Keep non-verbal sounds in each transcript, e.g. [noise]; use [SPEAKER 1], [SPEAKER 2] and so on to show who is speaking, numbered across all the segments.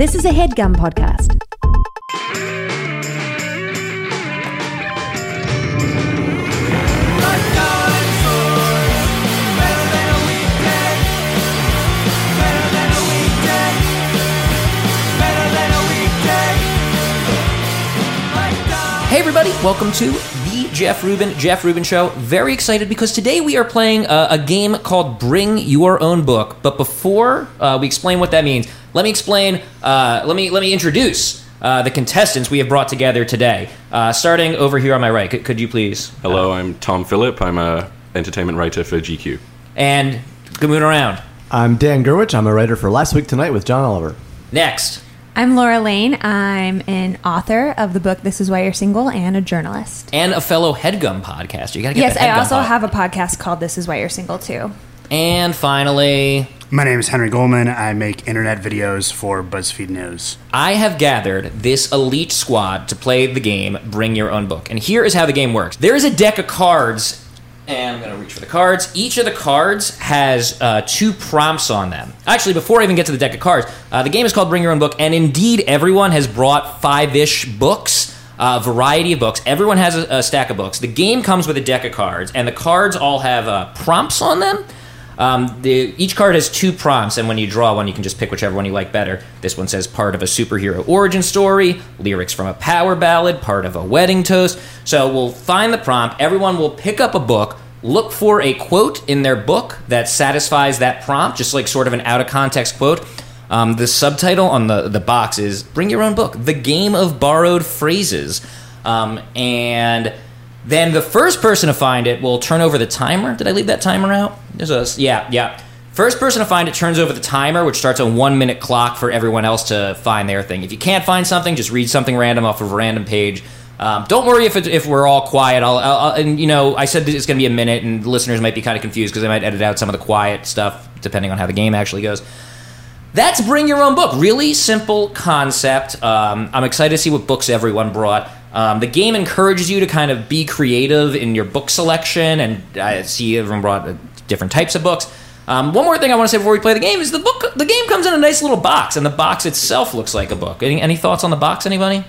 [SPEAKER 1] This is a headgum podcast.
[SPEAKER 2] Hey, everybody, welcome to the Jeff Rubin, Jeff Rubin Show. Very excited because today we are playing uh, a game called Bring Your Own Book. But before uh, we explain what that means, let me explain, uh, let, me, let me introduce uh, the contestants we have brought together today. Uh, starting over here on my right, could, could you please?
[SPEAKER 3] Hello, I'm Tom Phillip. I'm a entertainment writer for GQ.
[SPEAKER 2] And good moon around.
[SPEAKER 4] I'm Dan Gerwich. I'm a writer for Last Week Tonight with John Oliver.
[SPEAKER 2] Next.
[SPEAKER 5] I'm Laura Lane. I'm an author of the book This Is Why You're Single and a journalist.
[SPEAKER 2] And a fellow headgum podcast. You gotta get
[SPEAKER 5] Yes,
[SPEAKER 2] that
[SPEAKER 5] I
[SPEAKER 2] HeadGum
[SPEAKER 5] also
[SPEAKER 2] pod.
[SPEAKER 5] have a podcast called This Is Why You're Single too.
[SPEAKER 2] And finally,
[SPEAKER 6] My name is Henry Goldman. I make internet videos for BuzzFeed News.
[SPEAKER 2] I have gathered this elite squad to play the game Bring Your Own Book. And here is how the game works there is a deck of cards, and I'm going to reach for the cards. Each of the cards has uh, two prompts on them. Actually, before I even get to the deck of cards, uh, the game is called Bring Your Own Book, and indeed, everyone has brought five ish books. uh, A variety of books. Everyone has a, a stack of books. The game comes with a deck of cards, and the cards all have uh, prompts on them. Um, the, each card has two prompts, and when you draw one, you can just pick whichever one you like better. This one says part of a superhero origin story, lyrics from a power ballad, part of a wedding toast. So we'll find the prompt. Everyone will pick up a book, look for a quote in their book that satisfies that prompt, just like sort of an out of context quote. Um, the subtitle on the, the box is Bring Your Own Book The Game of Borrowed Phrases. Um, and then the first person to find it will turn over the timer. Did I leave that timer out? There's a yeah, yeah. First person to find it turns over the timer, which starts a one minute clock for everyone else to find their thing. If you can't find something, just read something random off of a random page. Um, don't worry if it, if we're all quiet. I'll, I'll, I'll- and you know I said that it's going to be a minute, and listeners might be kind of confused because I might edit out some of the quiet stuff depending on how the game actually goes. That's Bring Your Own Book. Really simple concept. Um, I'm excited to see what books everyone brought. Um, the game encourages you to kind of be creative in your book selection, and I see everyone brought uh, different types of books. Um, one more thing I want to say before we play the game is the book. The game comes in a nice little box, and the box itself looks like a book. Any, any thoughts on the box, anybody?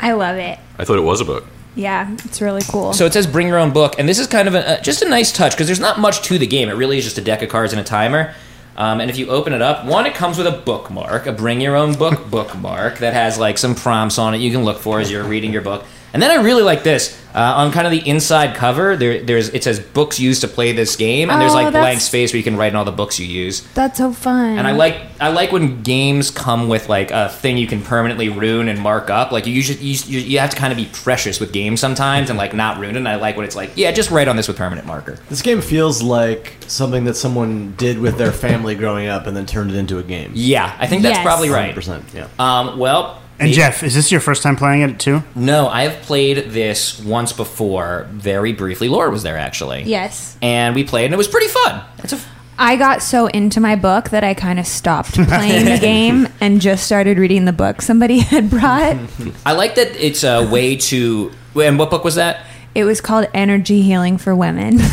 [SPEAKER 5] I love it.
[SPEAKER 3] I thought it was a book.
[SPEAKER 5] Yeah, it's really cool.
[SPEAKER 2] So it says bring your own book, and this is kind of a, uh, just a nice touch because there's not much to the game. It really is just a deck of cards and a timer. Um, and if you open it up, one, it comes with a bookmark, a bring your own book [laughs] bookmark that has like some prompts on it you can look for as you're reading your book. And then I really like this uh, on kind of the inside cover. There, there's it says books used to play this game, and there's
[SPEAKER 5] Oh,
[SPEAKER 2] like blank
[SPEAKER 5] that's-
[SPEAKER 2] space where you can write in all the books you use.
[SPEAKER 5] That's so fun.
[SPEAKER 2] And I like I like when games come with like a thing you can permanently ruin and mark up. Like you usually you, you you have to kind of be precious with games sometimes and like not ruin it. And I like when it's like yeah, just write on this with permanent marker.
[SPEAKER 4] This game feels like something that someone did with their family growing up and then turned it into a game.
[SPEAKER 2] Yeah, I think that's
[SPEAKER 5] Yes.
[SPEAKER 2] probably right.
[SPEAKER 4] 100%. Yeah.
[SPEAKER 2] Um, well,
[SPEAKER 6] And
[SPEAKER 2] maybe-
[SPEAKER 6] Jeff, is this your first time playing it too?
[SPEAKER 2] no, I have played this once before, very briefly. Laura was there actually.
[SPEAKER 5] yes.
[SPEAKER 2] and we played and it was pretty fun. It's a
[SPEAKER 5] I got so into my book that I kind
[SPEAKER 2] [laughs]
[SPEAKER 5] of stopped playing the game and just started reading the book somebody [laughs]
[SPEAKER 2] [laughs]
[SPEAKER 5] had brought.
[SPEAKER 2] I like that it's a way to. And what book was that?
[SPEAKER 5] It was called Energy Healing for Women.
[SPEAKER 2] [laughs]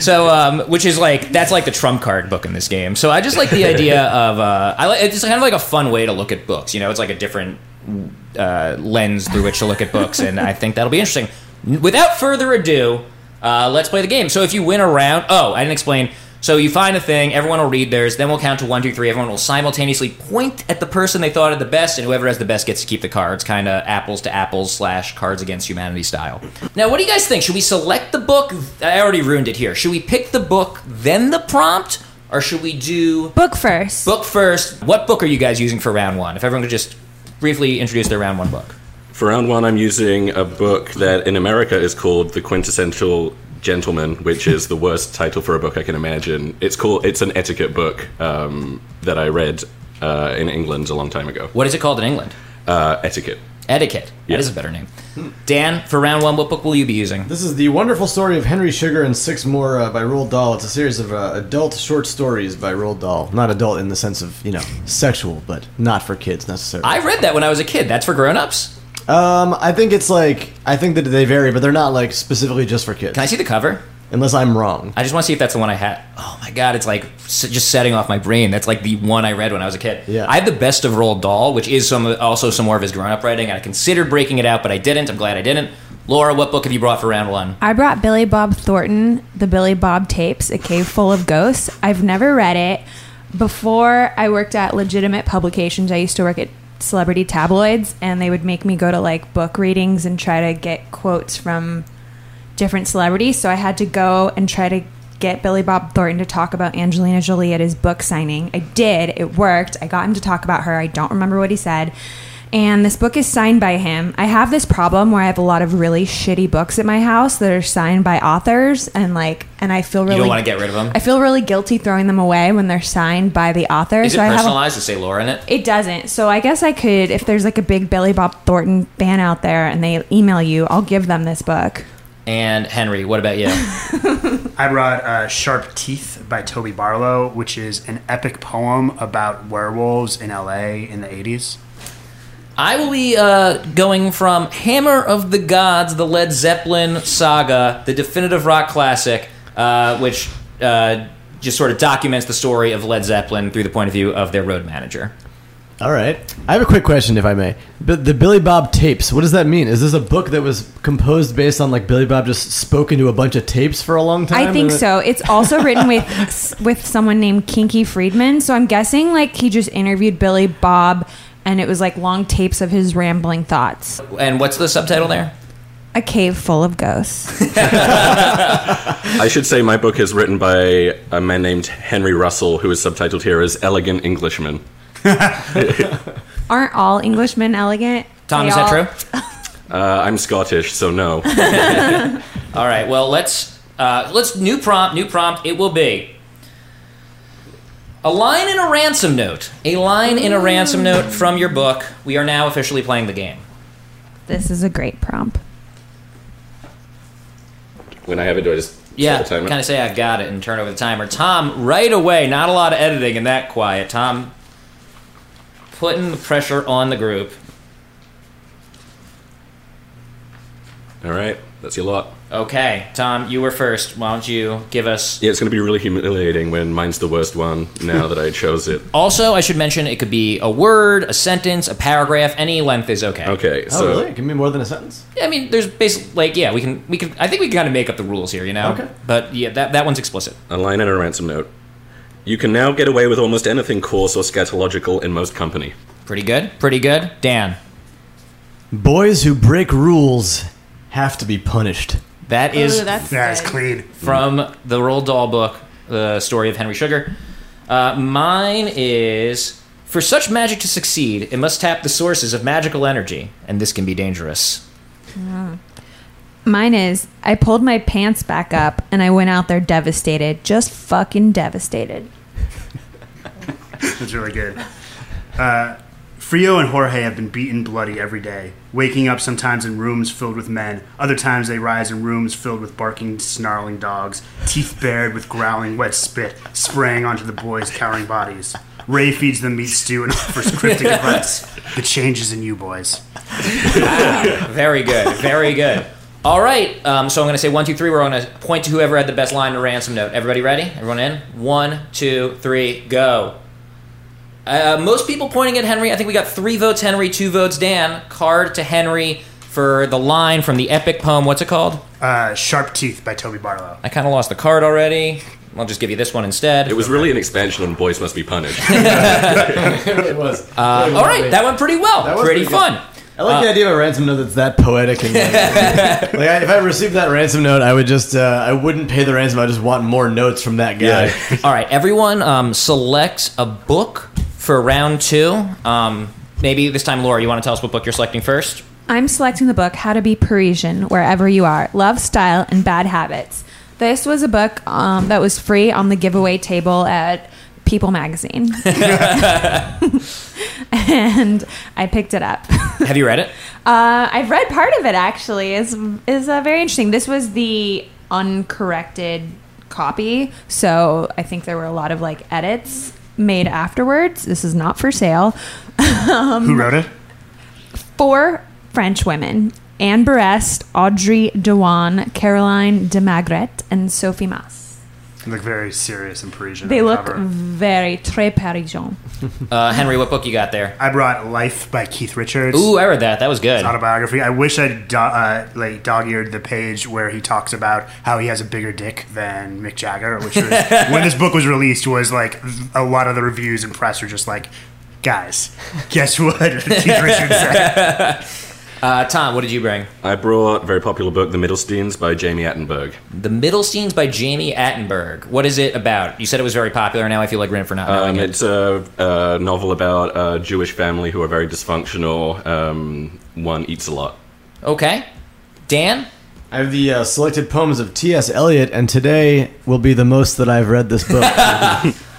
[SPEAKER 2] So, um, which is like that's like the trump card book in this game. So I just like the idea of uh, I like it's kind of like a fun way to look at books. You know, it's like a different uh, lens through which to look at books, and I think that'll be interesting. Without further ado, uh, let's play the game. So if you win a round, oh, I didn't explain. So you find a thing, everyone will read theirs, then we'll count to one, two, three. Everyone will simultaneously point at the person they thought had the best, and whoever has the best gets to keep the cards, kind of apples to apples slash Cards Against Humanity style. Now, what do you guys think? Should we select the book? I already ruined it here. Should we pick the book then the prompt, or should we do
[SPEAKER 5] book first.
[SPEAKER 2] book first? What book are you guys using for round one? If everyone could just briefly introduce their round one book.
[SPEAKER 3] For round one, I'm using a book that in America is called The Quintessential Gentleman, which is the worst [laughs] title for a book I can imagine. It's called. It's an etiquette book um, that I read uh, in England a long time ago.
[SPEAKER 2] What is it called in England?
[SPEAKER 3] Uh, etiquette.
[SPEAKER 2] Etiquette.
[SPEAKER 3] Yeah.
[SPEAKER 2] That is a better name. Dan, for round one, what book will you be using?
[SPEAKER 4] This is the wonderful story of Henry Sugar and Six More uh, by Roald Dahl. It's a series of uh, adult short stories by Roald Dahl. Not adult in the sense of, you know, sexual, but not for kids necessarily.
[SPEAKER 2] I read that when I was a kid. That's for grown-ups.
[SPEAKER 4] um, I think it's like, I think that they vary, but they're not like specifically just for kids.
[SPEAKER 2] Can I see the cover?
[SPEAKER 4] unless I'm wrong.
[SPEAKER 2] I just want to see if that's the one I had. Oh my god, it's like s- just setting off my brain. That's like the one I read when I was a kid.
[SPEAKER 4] Yeah.
[SPEAKER 2] I have the best of Roald Dahl, which is some also some more of his grown up writing. and I considered breaking it out, but I didn't. I'm glad I didn't. Laura, what book have you brought for round one?
[SPEAKER 5] I brought Billy Bob Thornton, the Billy Bob tapes, A Cave Full of Ghosts. I've never read it. Before I worked at legitimate publications, I used to work at celebrity tabloids, and they would make me go to like book readings and try to get quotes from different celebrities. So I had to go and try to get Billy Bob Thornton to talk about Angelina Jolie at his book signing. I did. It worked. I got him to talk about her. I don't remember what he said. And this book is signed by him. I have this problem where I have a lot of really shitty books at my house that are signed by authors and like and I feel really
[SPEAKER 2] don't wanna get rid of 'em?
[SPEAKER 5] I feel really guilty throwing them away when they're signed by the author.
[SPEAKER 2] Is it
[SPEAKER 5] so I have a-
[SPEAKER 2] personalized to say Laura in it?
[SPEAKER 5] it doesn't. So I guess I could, if there's like a big Billy Bob Thornton fan out there and they email you, I'll give them this book.
[SPEAKER 2] And Henry, what about you?
[SPEAKER 5] [laughs]
[SPEAKER 6] I brought uh, Sharp Teeth by Toby Barlow, which is an epic poem about werewolves in LA in the 80s.
[SPEAKER 2] I will be uh, going from Hammer of the Gods, the Led Zeppelin saga, the definitive rock classic, uh, which uh, just sort of documents the story of Led Zeppelin through the point of view of their road manager.
[SPEAKER 4] All right. I have a quick question, if I may. But the Billy Bob tapes. What does that mean? Is this a book that was composed based on like Billy Bob just spoken to a bunch of tapes for a long time?
[SPEAKER 5] I think
[SPEAKER 4] and-
[SPEAKER 5] so. It's also
[SPEAKER 4] [laughs]
[SPEAKER 5] written with with someone named Kinky Friedman. So I'm guessing like he just interviewed Billy Bob and it was like long tapes of his rambling thoughts.
[SPEAKER 2] And what's the subtitle there?
[SPEAKER 5] A cave full of ghosts.
[SPEAKER 3] I should say my book is written by a man named Henry Russell, who is subtitled here as Elegant Englishman.
[SPEAKER 5] Aren't all Englishmen elegant?
[SPEAKER 2] Tom,
[SPEAKER 5] They
[SPEAKER 2] is that
[SPEAKER 5] all-
[SPEAKER 2] true?
[SPEAKER 3] Uh, I'm Scottish, so no.
[SPEAKER 2] All right. Well, let's uh, let's new prompt. New prompt. It will be a line in a ransom note. A line in a ransom note from your book. We are now officially playing the game.
[SPEAKER 5] This is a great prompt.
[SPEAKER 3] when I have it, do I just
[SPEAKER 2] Yeah,
[SPEAKER 3] set the timer?
[SPEAKER 2] kind of say I got it and turn over the timer. Tom, right away. Not a lot of editing in that quiet. Tom, putting the pressure on the group.
[SPEAKER 3] All right, that's your lot.
[SPEAKER 2] Okay, Tom, you were first. Why don't you give us?
[SPEAKER 3] Yeah, it's going to be really humiliating when mine's the worst one now that I
[SPEAKER 2] [laughs]
[SPEAKER 3] chose it.
[SPEAKER 2] Also, I should mention it could be a word, a sentence, a paragraph. Any length is okay.
[SPEAKER 3] Okay,
[SPEAKER 4] Oh,
[SPEAKER 3] so
[SPEAKER 4] really? Give me more than a sentence.
[SPEAKER 2] I mean, there's basically like yeah, we can we can I think we can kind of make up the rules here, you know.
[SPEAKER 4] Okay.
[SPEAKER 2] But yeah, that that one's explicit.
[SPEAKER 3] a line and a ransom note. You can now get away with almost anything coarse or scatological in most company.
[SPEAKER 2] Pretty good. Pretty good. Dan,
[SPEAKER 4] Boys who break rules have to be punished. [laughs]
[SPEAKER 2] that is
[SPEAKER 6] That is clean.
[SPEAKER 2] from the Roald Dahl book, The Story of Henry Sugar. Uh, mine is for such magic to succeed, it must tap the sources of magical energy, and this can be dangerous.
[SPEAKER 5] Mine is I pulled my pants back up and I went out there devastated, just fucking devastated.
[SPEAKER 6] That's really good. Uh, Frio and Jorge have been beaten bloody every day, waking up sometimes in rooms filled with men. Other times they rise in rooms filled with barking, snarling dogs, teeth bared with growling, wet spit spraying onto the boys' cowering bodies. Ray feeds them meat stew and offers
[SPEAKER 5] [laughs]
[SPEAKER 6] cryptic advice. The change is in you, boys.
[SPEAKER 2] Very good. Very good. All right. Um, so I'm going to say one, two, three. We're going to point to whoever had the best line to ransom note. Everybody ready? Everyone in? One, two, three, go. Uh, most people pointing at Henry. I think we got three votes Henry, two votes Dan. Card to Henry for the line from the epic poem. What's it called?
[SPEAKER 6] Uh, Sharp Teeth by Toby Barlow.
[SPEAKER 2] I kind of lost the card already. I'll just give you this one instead.
[SPEAKER 3] It was really an expansion on Boys Must Be Punished.
[SPEAKER 2] [laughs]
[SPEAKER 4] it was.
[SPEAKER 2] All right, that went pretty well.
[SPEAKER 4] That was
[SPEAKER 2] pretty,
[SPEAKER 4] pretty good.
[SPEAKER 2] fun.
[SPEAKER 4] I like the idea of a ransom note that's that poetic.
[SPEAKER 5] [laughs]
[SPEAKER 4] And like, like, I, if I received that ransom note, I would just, uh, I wouldn't pay the ransom. I just want more notes from that guy.
[SPEAKER 3] Yeah.
[SPEAKER 2] All right, everyone um, selects a book for round two. Um, maybe this time, Laura, you want to tell us what book you're selecting first?
[SPEAKER 5] I'm selecting the book How to Be Parisian Wherever You Are Love, Style, and Bad Habits. This was a book um, that was free on the giveaway table at People Magazine. [laughs] and I picked it up. [laughs]
[SPEAKER 2] Have you read it?
[SPEAKER 5] Uh, I've read part of it actually. is is uh, very interesting. This was the uncorrected copy, so I think there were a lot of like edits made afterwards. This is not for sale [laughs]
[SPEAKER 6] Who wrote it?
[SPEAKER 5] four French women. Anne Barrest, Audrey Dewan, Caroline Demagret, and Sophie Mas.
[SPEAKER 6] They look very serious and Parisian.
[SPEAKER 5] They
[SPEAKER 6] on the
[SPEAKER 5] look
[SPEAKER 6] cover.
[SPEAKER 5] very très Parisian.
[SPEAKER 2] Uh, Henry, what book you got there?
[SPEAKER 6] I brought Life by Keith Richards.
[SPEAKER 2] Ooh, I read that. That was good.
[SPEAKER 6] autobiography. I wish I do- uh, like dog-eared the page where he talks about how he has a bigger dick than Mick Jagger, which was, when this book was released was like a lot of the reviews and press are just like, guys, guess what? [laughs] Keith Richards said.
[SPEAKER 2] Uh, Tom, what did you bring?
[SPEAKER 3] I brought a very popular book, The Middlesteins by Jamie Attenberg.
[SPEAKER 2] The Middle Scenes by Jamie Attenberg. What is it about? You said it was very popular. Now I feel like Rin for not knowing
[SPEAKER 3] Um,
[SPEAKER 2] it.
[SPEAKER 3] it's a, a novel about a Jewish family who are very dysfunctional. Um, one eats a lot.
[SPEAKER 2] Okay. Dan?
[SPEAKER 4] [laughs] I have the uh, selected poems of T.S. Eliot, and today will be the most that I've read this book.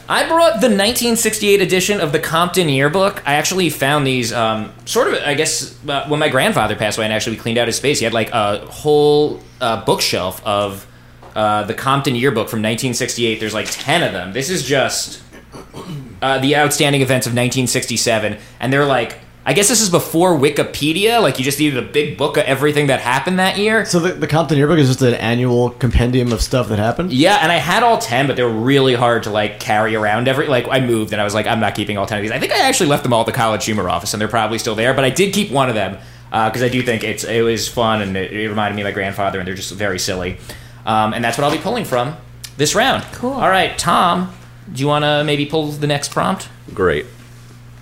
[SPEAKER 2] I brought the 1968 edition of the Compton Yearbook. I actually found these um, sort of, I guess, uh, when my grandfather passed away and actually we cleaned out his space, he had like a whole uh, bookshelf of uh, the Compton Yearbook from 1968. There's like 10 of them. This is just uh, the outstanding events of 1967. And they're like, I guess this is before Wikipedia. Like, you just needed a big book of everything that happened that year.
[SPEAKER 4] so the, the Compton Yearbook is just an annual compendium of stuff that happened.
[SPEAKER 2] Yeah, and I had all ten, but they were really hard to like carry around. Every like I moved, and I was like, I'm not keeping all ten of these. I think I actually left them all at the college humor office, and they're probably still there. But I did keep one of them because I do think it's it was fun and it, it reminded me of my grandfather, and they're just very silly. Um, and that's what I'll be pulling from this round.
[SPEAKER 5] Cool.
[SPEAKER 2] All right, Tom, do you want to maybe pull the next prompt?
[SPEAKER 3] Great.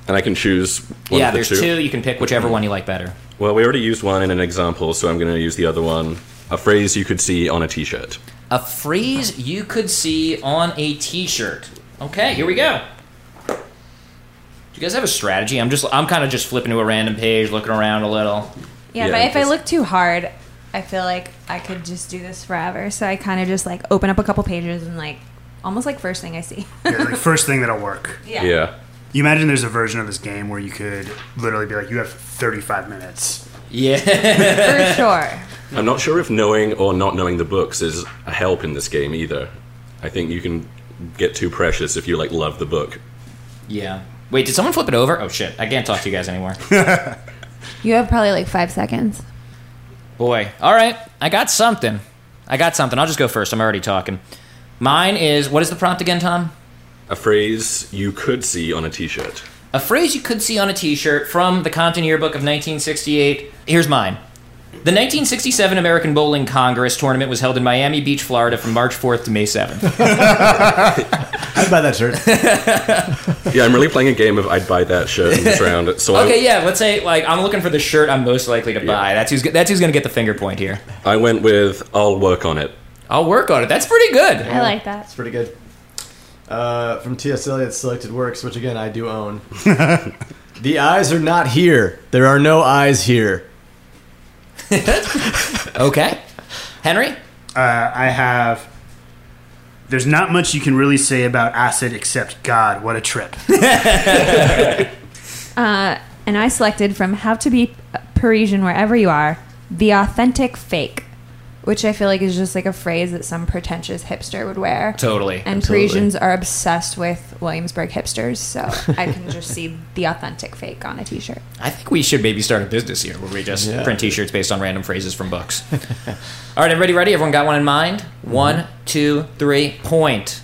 [SPEAKER 3] And I can choose one
[SPEAKER 2] yeah,
[SPEAKER 3] of the Mm-hmm.
[SPEAKER 2] there's two. You can pick whichever one you like better.
[SPEAKER 3] Well, we already used one in an example, so I'm going to use the other one. A phrase you could see on a t shirt.
[SPEAKER 2] A phrase you could see on a T-shirt. Okay, here we go. Do you guys have a strategy? I'm just I'm kind of just flipping to a random page, looking around a little. [laughs]
[SPEAKER 5] Yeah,
[SPEAKER 3] Yeah,
[SPEAKER 5] but if I
[SPEAKER 3] just-
[SPEAKER 5] look too hard, I feel like I could just do this forever. So I kind of just like open up a couple pages and like almost like first thing I see.
[SPEAKER 6] Yeah, like, first thing that'll work.
[SPEAKER 3] yeah.
[SPEAKER 6] You imagine there's a version of this game where you could literally be like, you have 35 minutes.
[SPEAKER 2] Yeah.
[SPEAKER 5] [laughs] For sure.
[SPEAKER 3] I'm not sure if knowing or not knowing the books is a help in this game either. I think you can get too precious if you like love the book.
[SPEAKER 2] yeah. Wait, did someone flip it over? Oh shit, I can't talk to you guys anymore.
[SPEAKER 5] You have probably like five seconds.
[SPEAKER 2] Boy. All right, I got something. I got something. I'll just go first. I'm already talking. Mine is what is the prompt again, Tom?
[SPEAKER 3] A phrase you could see on a t-shirt.
[SPEAKER 2] A phrase you could see on a T-shirt from the Compton Yearbook of 1968. Here's mine. The 1967 American Bowling Congress tournament was held in Miami Beach, Florida from March 4th to May 7th.
[SPEAKER 4] I'd buy that shirt.
[SPEAKER 3] Yeah, I'm really playing a game of I'd buy that shirt in this round. So
[SPEAKER 2] okay, yeah, let's say like I'm looking for the shirt I'm most likely to buy. That's who's that's who's going to get the finger point here.
[SPEAKER 3] I, I went with I'll work on it.
[SPEAKER 2] I'll work on it. That's pretty good.
[SPEAKER 5] I like that.
[SPEAKER 4] It's pretty good. Uh, from T.S. Eliot's selected works, which again I do own. the eyes are not here. There are no eyes here.
[SPEAKER 2] Okay. Henry?
[SPEAKER 6] Uh, I have. There's not much you can really say about acid except God, what a trip. [laughs]
[SPEAKER 5] Uh, and I selected from How to Be Parisian Wherever You Are, The Authentic Fake, which I feel like is just like a phrase that some pretentious hipster would wear.
[SPEAKER 2] Totally.
[SPEAKER 5] And
[SPEAKER 4] Absolutely.
[SPEAKER 5] Parisians are obsessed with Williamsburg hipsters, so I can just see the authentic fake on a t shirt.
[SPEAKER 2] I think we should maybe start a business here where we just
[SPEAKER 4] Yeah.
[SPEAKER 2] print T-shirts based on random phrases from books. [laughs] All right, everybody, ready? Everyone got one in mind? One, two, three. Point.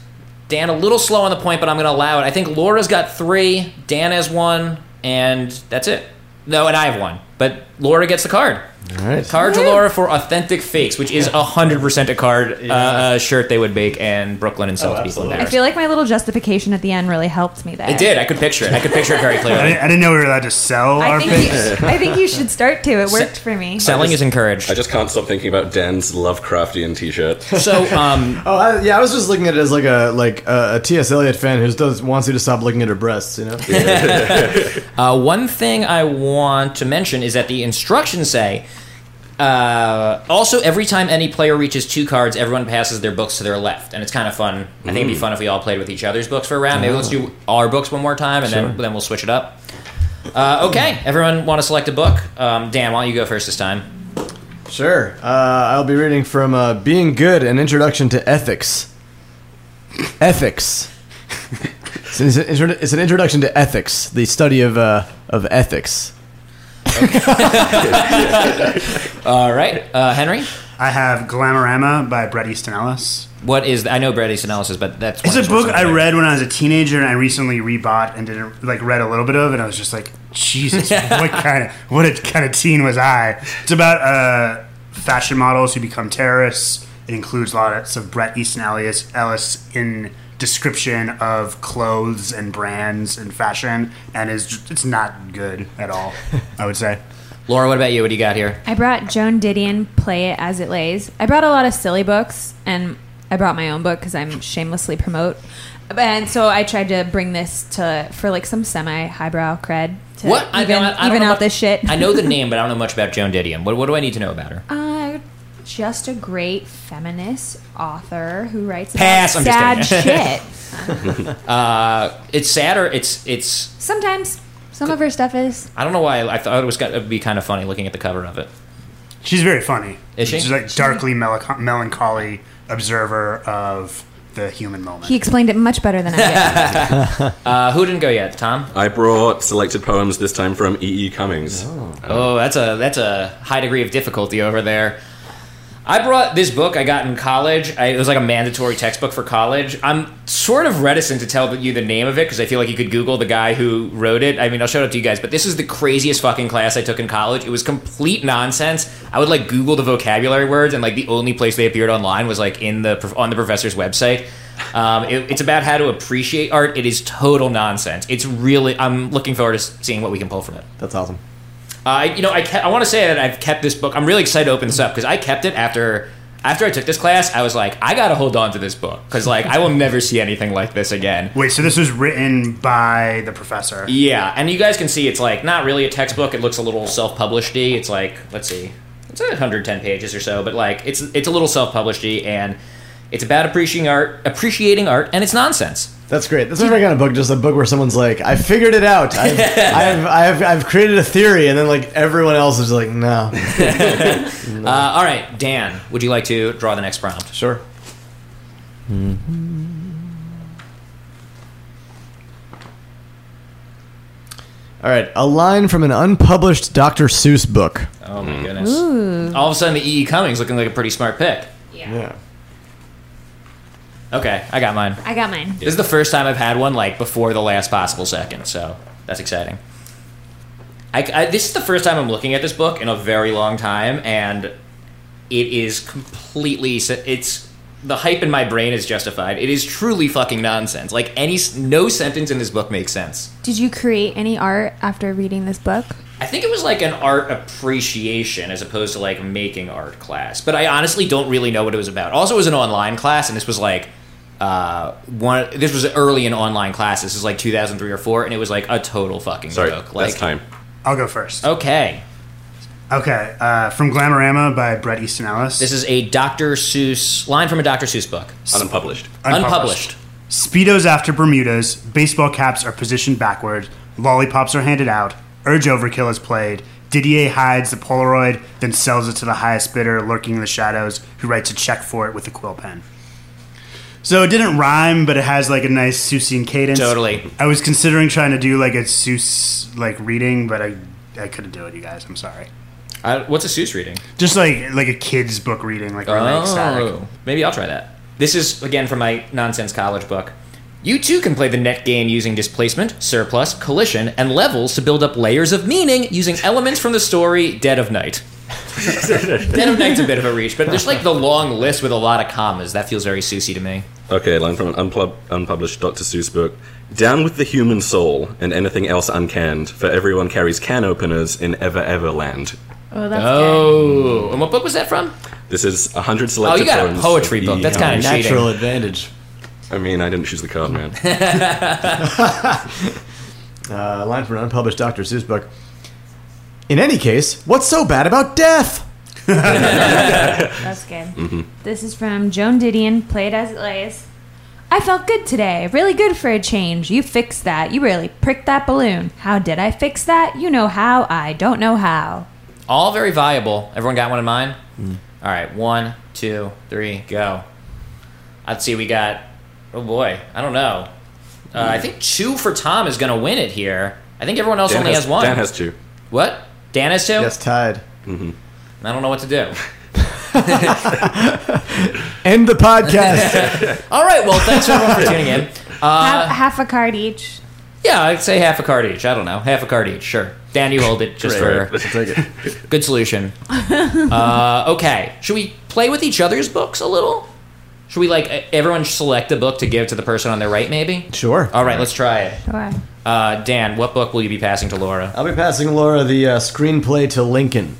[SPEAKER 2] Dan, a little slow on the point, but I'm going to allow it. I think Laura's got three. Dan has one, and that's it. No, and I have one, but Laura gets the card.
[SPEAKER 4] All right.
[SPEAKER 2] Card to Laura for authentic fakes, which is hundred percent a card uh, uh, shirt they would make in Brooklyn and South people.
[SPEAKER 4] absolutely.
[SPEAKER 5] I
[SPEAKER 2] Embarrassed.
[SPEAKER 5] feel like my little justification at the end really helped me there.
[SPEAKER 2] It did. I could picture it. I could picture it very
[SPEAKER 6] I
[SPEAKER 2] clearly.
[SPEAKER 6] didn't, I didn't know we were allowed to sell
[SPEAKER 5] I
[SPEAKER 6] our
[SPEAKER 5] think,
[SPEAKER 6] things.
[SPEAKER 5] you, I think you should start to. It worked for me.
[SPEAKER 2] Selling is encouraged.
[SPEAKER 3] I just can't stop thinking about Dan's Lovecraftian t-shirt.
[SPEAKER 2] [laughs] So, um,
[SPEAKER 4] Oh I, yeah, I was just looking at it as like a like a, a T.S. Eliot fan who does wants you to stop looking at her breasts. You know,
[SPEAKER 2] Uh, one thing I want to mention is that the instructions say. Uh, also, every time any player reaches two cards, everyone passes their books to their left, and it's kind of fun. I think
[SPEAKER 6] Mm.
[SPEAKER 2] it'd be fun if we all played with each other's books for a round. Maybe
[SPEAKER 6] Oh.
[SPEAKER 2] let's do our books one more time, and then then we'll switch it up. Uh, okay, everyone want to select a book? Um, Dan, why don't you go first this time?
[SPEAKER 4] sure. Uh, I'll be reading from uh, "Being Good: An Introduction to Ethics." Ethics. It's an, it's an introduction to ethics, the study of uh, of ethics.
[SPEAKER 2] All right, uh, Henry.
[SPEAKER 6] I have Glamorama by Bret Easton Ellis.
[SPEAKER 2] What is I know Brad Easton Ellis is, but that's
[SPEAKER 6] It's
[SPEAKER 2] one
[SPEAKER 6] a
[SPEAKER 2] of his works
[SPEAKER 6] book
[SPEAKER 2] on
[SPEAKER 6] I
[SPEAKER 2] there.
[SPEAKER 6] read when I was a teenager, and I recently rebought and didn't like read a little bit of, and I was just like, [laughs] Jesus, what kind of what a kind of teen was I? It's about uh, fashion models who become terrorists. It includes lots of Brett Easton Ellis, Ellis in description of clothes and brands and fashion, and is just, it's not good at all. I would say.
[SPEAKER 2] Laura, what about you? What do you got here?
[SPEAKER 5] I brought Joan Didion, Play It As It Lays. I brought a lot of silly books, and I brought my own book because I'm shamelessly promote. And so I tried to bring this to for like some semi highbrow cred to
[SPEAKER 2] What I
[SPEAKER 5] even,
[SPEAKER 2] know- I don't
[SPEAKER 5] even
[SPEAKER 2] know
[SPEAKER 5] out
[SPEAKER 2] much-
[SPEAKER 5] this shit.
[SPEAKER 2] I know the name, but I don't know much about Joan Didion. What, what do I need to know about her?
[SPEAKER 5] Uh, [laughs] just a great feminist author who writes
[SPEAKER 2] Pass, I'm
[SPEAKER 5] about sad
[SPEAKER 2] just [laughs]
[SPEAKER 5] shit.
[SPEAKER 2] It's sad or it's it's.
[SPEAKER 5] Sometimes some of her stuff is.
[SPEAKER 2] I don't know why I, I thought it was going to be kind of funny looking at the cover of it.
[SPEAKER 6] She's very funny.
[SPEAKER 2] Is she?
[SPEAKER 6] She's like darkly melanch- melancholy observer of the human moment.
[SPEAKER 5] He explained it much better than
[SPEAKER 2] [laughs]
[SPEAKER 5] I did.
[SPEAKER 2] Uh, who didn't go yet? Tom.
[SPEAKER 3] I brought selected poems this time from E. E. Cummings.
[SPEAKER 2] Oh, that's a that's a high degree of difficulty over there. I brought this book I got in college. I, it was like a mandatory textbook for college. I'm sort of reticent to tell you the name of it because I feel like you could Google the guy who wrote it. I mean, I'll show it up to you guys, but this is the craziest fucking class I took in college. It was complete nonsense. I would like Google the vocabulary words, and like the only place they appeared online was like in the on the professor's website. Um, it, it's about how to appreciate art. It is total nonsense. It's really. I'm looking forward to seeing what we can pull from it.
[SPEAKER 4] That's awesome.
[SPEAKER 2] I, you know, I, ke- I want to say that I've kept this book. I'm really excited to open this up because I kept it after after I took this class. I was like, I gotta hold on to this book because like I will never see anything like this again.
[SPEAKER 6] Wait, so this was written by the professor?
[SPEAKER 2] Yeah, and you guys can see it's like not really a textbook. It looks a little self-published-y. It's like let's see, it's like 110 pages or so, but like it's it's a little self-published-y and it's about appreciating art, appreciating art, and it's nonsense.
[SPEAKER 4] That's great. That's my favorite kind of book. Just a book where someone's like, "I figured it out. I've, I've, I've, I've created a theory," and then like everyone else is like, "No,
[SPEAKER 2] Uh, all right, Dan, would you like to draw the next prompt?
[SPEAKER 4] sure." All right, a line from an unpublished Dr. Seuss book.
[SPEAKER 2] Oh my goodness! All of a sudden, the E. E. Cummings looking like a pretty smart pick.
[SPEAKER 4] Yeah.
[SPEAKER 2] Okay, I got mine.
[SPEAKER 5] I got mine.
[SPEAKER 2] This is the first time I've had one like before the last possible second, so that's exciting. I, I- this is the first time I'm looking at this book in a very long time, and it is completely. s- It's the hype in my brain is justified. It is truly fucking nonsense. Like any s- no sentence in this book makes sense.
[SPEAKER 5] Did you create any art after reading this book?
[SPEAKER 2] I think it was like an art appreciation as opposed to like making art class. But I honestly don't really know what it was about. Also, it was an online class, and this was like uh, one. This was early in online class. This is like 2003 or four, and it was like a total fucking
[SPEAKER 3] Sorry,
[SPEAKER 2] joke. Like,
[SPEAKER 3] last time.
[SPEAKER 6] I'll go first.
[SPEAKER 2] Oh. Okay,
[SPEAKER 6] Okay, uh, from Glamorama by Brett Easton Ellis.
[SPEAKER 2] this is a Dr. Seuss line from a Dr. Seuss book,
[SPEAKER 3] Unpublished.
[SPEAKER 2] unpublished.
[SPEAKER 6] Speedos after Bermudas, baseball caps are positioned backward, lollipops are handed out, Urge Overkill is played, Didier hides the Polaroid, then sells it to the highest bidder lurking in the shadows, who writes a check for it with a quill pen. So it didn't rhyme, but it has like a nice Seussian cadence.
[SPEAKER 2] Totally.
[SPEAKER 6] I was considering trying to do like a Seuss like reading, but I I couldn't do it, you guys. I'm sorry.
[SPEAKER 2] I, Uh, what's a Seuss reading?
[SPEAKER 6] Just like like a kid's book reading, like really ecstatic.
[SPEAKER 2] Oh, maybe I'll try that. This is again from my nonsense college book. You too can play the net game using displacement, surplus, collision, and levels to build up layers of meaning using elements from the story Dead of Night. Dead of Night's a bit of a reach, but there's like the long list with a lot of commas. That feels very Susie to me.
[SPEAKER 3] Okay, line from an unplub- unpublished Dr. Seuss book. Down with the human soul and anything else uncanned, for everyone carries can openers in Ever Ever Land.
[SPEAKER 5] Oh, that's
[SPEAKER 2] Oh, and what book was that from?
[SPEAKER 3] This is 100
[SPEAKER 2] Oh,
[SPEAKER 3] selected
[SPEAKER 2] you got a
[SPEAKER 3] poems
[SPEAKER 2] poetry
[SPEAKER 3] of
[SPEAKER 2] book.
[SPEAKER 3] E.E.
[SPEAKER 2] That's kind of
[SPEAKER 3] Cummings.
[SPEAKER 2] cheating.
[SPEAKER 4] Natural advantage.
[SPEAKER 3] I mean, I didn't choose the card,
[SPEAKER 2] [laughs]
[SPEAKER 3] man.
[SPEAKER 4] Uh, a line from an unpublished Dr. Seuss book. In any case, what's so bad about death?
[SPEAKER 5] That's good. This is from Joan Didion, Play It As It Lays. I felt good today. Really good for a change. You fixed that. You really pricked that balloon. How did I fix that? You know how. I don't know how.
[SPEAKER 2] All very viable. Everyone got one in mind? All right, one, two, three, go. Let's see, we got, oh boy, I don't know. Uh, I think two for Tom is going to win it here. I think everyone else
[SPEAKER 3] Dan
[SPEAKER 2] only has, one.
[SPEAKER 3] Dan has two.
[SPEAKER 2] what? Dan is too?
[SPEAKER 4] Yes, tied.
[SPEAKER 2] I don't know what to do.
[SPEAKER 4] End the podcast.
[SPEAKER 2] All right, well, thanks everyone for tuning in.
[SPEAKER 5] half, half a card each.
[SPEAKER 2] Yeah, I'd say half a card each. I don't know. Half a card each, sure. Dan, you hold it just [laughs]
[SPEAKER 3] Great.
[SPEAKER 2] for
[SPEAKER 4] Take it.
[SPEAKER 2] good solution. Uh, okay, should we play with each other's books a little? Should we, like, e-, everyone select a book to give to the person on their right, maybe?
[SPEAKER 4] Sure.
[SPEAKER 2] All right, let's try it.
[SPEAKER 5] Sure.
[SPEAKER 2] Uh, Dan, what book will you be passing to Laura?
[SPEAKER 4] [laughs] I'll be passing Laura the uh, screenplay to Lincoln.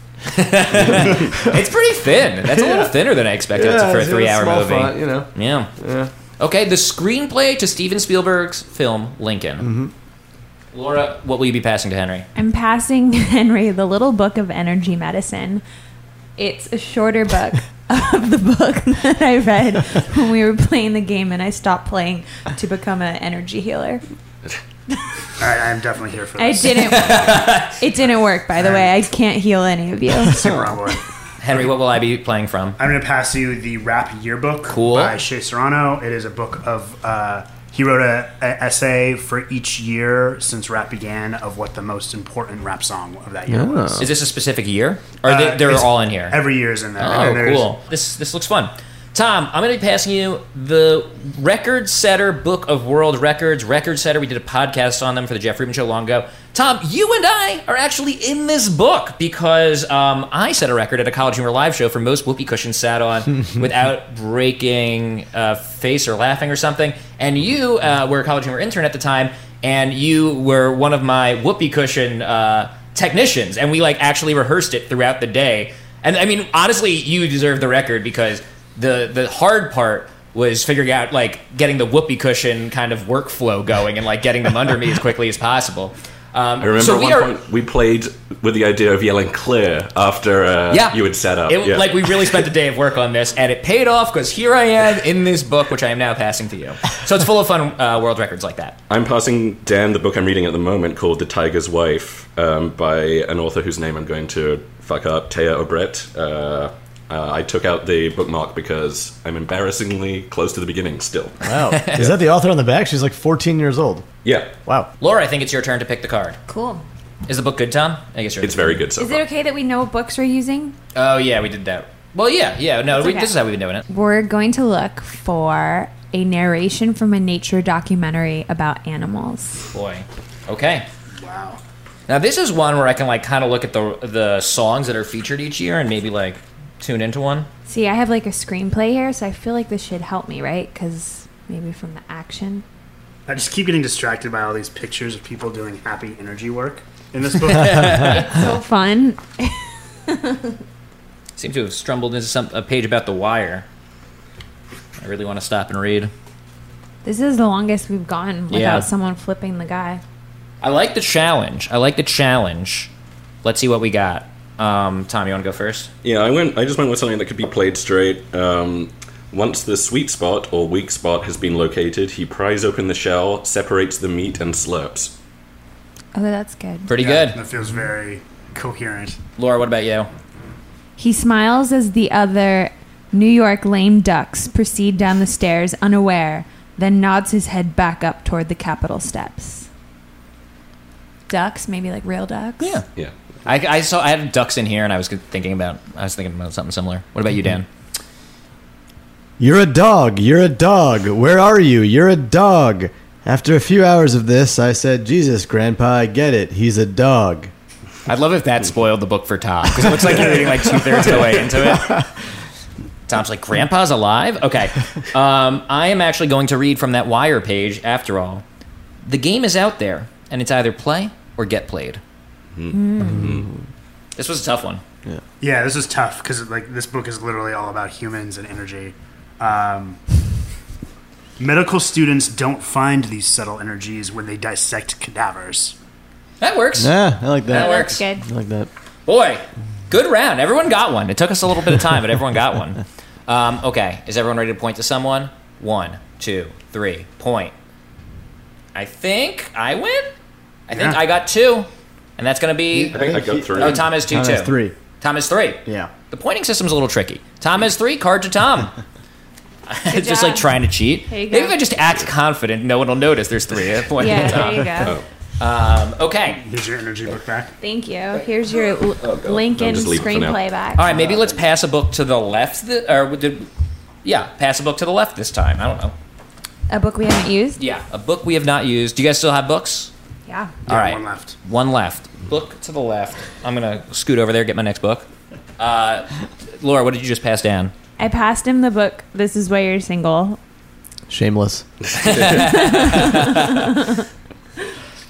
[SPEAKER 2] It's pretty thin. That's a little thinner than I expected It's for a
[SPEAKER 4] it's
[SPEAKER 2] three-hour
[SPEAKER 4] small
[SPEAKER 2] movie.
[SPEAKER 4] font, you know.
[SPEAKER 2] Yeah. Okay, the screenplay to Steven Spielberg's film Lincoln. Laura, what will you be passing to Henry?
[SPEAKER 5] I'm passing [laughs] Henry the little book of energy medicine. It's a shorter book of the book [laughs] that I read when we were playing the game and I stopped playing to become an energy healer.
[SPEAKER 6] I, I'm definitely here for
[SPEAKER 5] I
[SPEAKER 6] this.
[SPEAKER 5] didn't It didn't work by the way. I can't heal any of you. [laughs]
[SPEAKER 6] Super on board.
[SPEAKER 2] Henry, what will I be playing from?
[SPEAKER 6] I'm going to pass you the Rap Yearbook
[SPEAKER 2] Cool.
[SPEAKER 6] by Shea Serrano. It is a book of uh, he wrote a, a essay for each year since rap began of what the most important rap song of that year
[SPEAKER 2] Ah.
[SPEAKER 6] was.
[SPEAKER 2] Is this a specific year? Or
[SPEAKER 6] Uh,
[SPEAKER 2] they, they're
[SPEAKER 6] it's-
[SPEAKER 2] all in here?
[SPEAKER 6] Every year is in there.
[SPEAKER 2] oh,
[SPEAKER 6] And there's-
[SPEAKER 2] cool. This this looks fun. Tom, I'm going to be passing you the Record Setter Book of World Records. Record Setter, we did a podcast on them for the Jeff Rubin Show long ago. Tom, you and I are actually in this book because um, I set a record at a College Humor Live show for most whoopee cushions sat [laughs] on without breaking a face or laughing or something. And you uh, were a College Humor intern at the time, and you were one of my whoopee cushion uh, technicians. And we like actually rehearsed it throughout the day. And I mean, honestly, you deserve the record because the the hard part was figuring out like getting the whoopee cushion kind of workflow going and like getting them under me as quickly as possible. Um,
[SPEAKER 3] I remember
[SPEAKER 2] so
[SPEAKER 3] at
[SPEAKER 2] we
[SPEAKER 3] one
[SPEAKER 2] are-
[SPEAKER 3] point we played with the idea of yelling clear after uh,
[SPEAKER 2] yeah,
[SPEAKER 3] you had set up.
[SPEAKER 2] It,
[SPEAKER 3] yeah.
[SPEAKER 2] Like we really spent a day of work on this, and it paid off because here I am in this book, which I am now passing to you. So it's full of fun uh, world records like that.
[SPEAKER 3] I'm passing Dan the book I'm reading at the moment called The Tiger's Wife um, by an author whose name I'm going to fuck up, Taya Obret. Uh, uh, I took out the bookmark because I'm embarrassingly close to the beginning still.
[SPEAKER 2] [laughs]
[SPEAKER 4] Wow. Is that the author on the back? She's like 14 years old.
[SPEAKER 3] Yeah,
[SPEAKER 4] Wow.
[SPEAKER 2] Laura, I think it's your turn to pick the card.
[SPEAKER 5] Cool.
[SPEAKER 2] Is the book good, Tom? I guess you're
[SPEAKER 3] it's very good so
[SPEAKER 5] Is it
[SPEAKER 3] far.
[SPEAKER 5] okay that we know what books we're using?
[SPEAKER 2] Oh yeah, we did that. Well, yeah, yeah. No, we,
[SPEAKER 5] okay.
[SPEAKER 2] this is how we've been doing it.
[SPEAKER 5] We're going to look for a narration from a nature documentary about animals.
[SPEAKER 2] Boy, okay.
[SPEAKER 6] Wow.
[SPEAKER 2] Now this is one where I can like kind of look at the the songs that are featured each year and maybe like tune into one.
[SPEAKER 5] See, I have like a screenplay here, so I feel like this should help me, right? Because maybe from the action.
[SPEAKER 6] I just keep getting distracted by all these pictures of people doing happy energy work in
[SPEAKER 2] [laughs]
[SPEAKER 6] this book. I
[SPEAKER 5] So fun.
[SPEAKER 2] Seem to have stumbled into some a page about the wire. I really want to stop and read.
[SPEAKER 5] This is the longest we've gone without
[SPEAKER 2] Yeah.
[SPEAKER 5] someone flipping the guy.
[SPEAKER 2] I like the challenge. I like the challenge. Let's see what we got. Um, Tom, you want to go first?
[SPEAKER 3] Yeah, I went. I just went with something that could be played straight. Um, once the sweet spot or weak spot has been located, he pries open the shell, separates the meat, and slurps.
[SPEAKER 5] Oh, that's good.
[SPEAKER 2] Pretty good.
[SPEAKER 6] That feels very coherent.
[SPEAKER 2] Laura, what about you?
[SPEAKER 5] He smiles as the other New York lame ducks proceed down the stairs unaware, then nods his head back up toward the Capitol steps. Ducks, maybe like real ducks?
[SPEAKER 3] Yeah.
[SPEAKER 2] I, I saw I had ducks in here, and I was thinking about I was thinking about something similar. What about you, Dan?
[SPEAKER 4] You're a dog. You're a dog. Where are you? You're a dog. After a few hours of this, I said, Jesus, Grandpa, I get it. He's a dog.
[SPEAKER 2] I'd love if that spoiled the book for Tom because it looks like you're reading like two thirds of the way into it. Tom's like, "Grandpa's alive." Okay, um, I am actually going to read from that wire page. After all, the game is out there, and it's either play or get played. This was a tough one.
[SPEAKER 6] Yeah, this is tough because like this book is literally all about humans and energy. Um, medical students don't find these subtle energies when they dissect cadavers.
[SPEAKER 2] That works.
[SPEAKER 4] Yeah, I like that.
[SPEAKER 2] That works.
[SPEAKER 5] That's
[SPEAKER 4] [laughs]
[SPEAKER 5] good.
[SPEAKER 4] I like that.
[SPEAKER 2] Boy, good round. Everyone got one. It took us a little bit of time, but everyone got one. Um, okay, is everyone ready to point to someone? One, two, three, point. I think I win. I think
[SPEAKER 6] Yeah.
[SPEAKER 2] I got two, and that's going to be.
[SPEAKER 3] I think I got through.
[SPEAKER 2] Oh, Tom has two
[SPEAKER 4] Tom
[SPEAKER 2] too.
[SPEAKER 4] has three.
[SPEAKER 2] Tom has three.
[SPEAKER 4] Yeah.
[SPEAKER 2] The pointing system's a little tricky. Tom has three. Card to
[SPEAKER 4] [laughs]
[SPEAKER 2] Tom. [laughs] it's just like
[SPEAKER 5] job.
[SPEAKER 2] trying to cheat.
[SPEAKER 5] There you
[SPEAKER 2] Maybe
[SPEAKER 5] go.
[SPEAKER 2] if I just act confident, no one will notice. There's three. Point to
[SPEAKER 5] Yeah,
[SPEAKER 2] Tom.
[SPEAKER 5] there you go.
[SPEAKER 3] Oh.
[SPEAKER 2] Um, okay.
[SPEAKER 6] Here's your energy book back.
[SPEAKER 5] Thank you. Here's your l- Lincoln
[SPEAKER 3] I'll just leave it for now.
[SPEAKER 5] screenplay back.
[SPEAKER 2] All right, maybe let's pass a book to the left. Th- or did, yeah, pass a book to the left this time. I don't know.
[SPEAKER 5] A book we haven't used.
[SPEAKER 2] Yeah, a book we have not used. Do you guys still have books?
[SPEAKER 5] Yeah.
[SPEAKER 2] All right,
[SPEAKER 6] one left.
[SPEAKER 2] One left. Book to the left. I'm gonna scoot over there, get my next book. Uh, Laura, what did you just pass down?
[SPEAKER 5] I passed him the book. This is why you're single.
[SPEAKER 4] Shameless.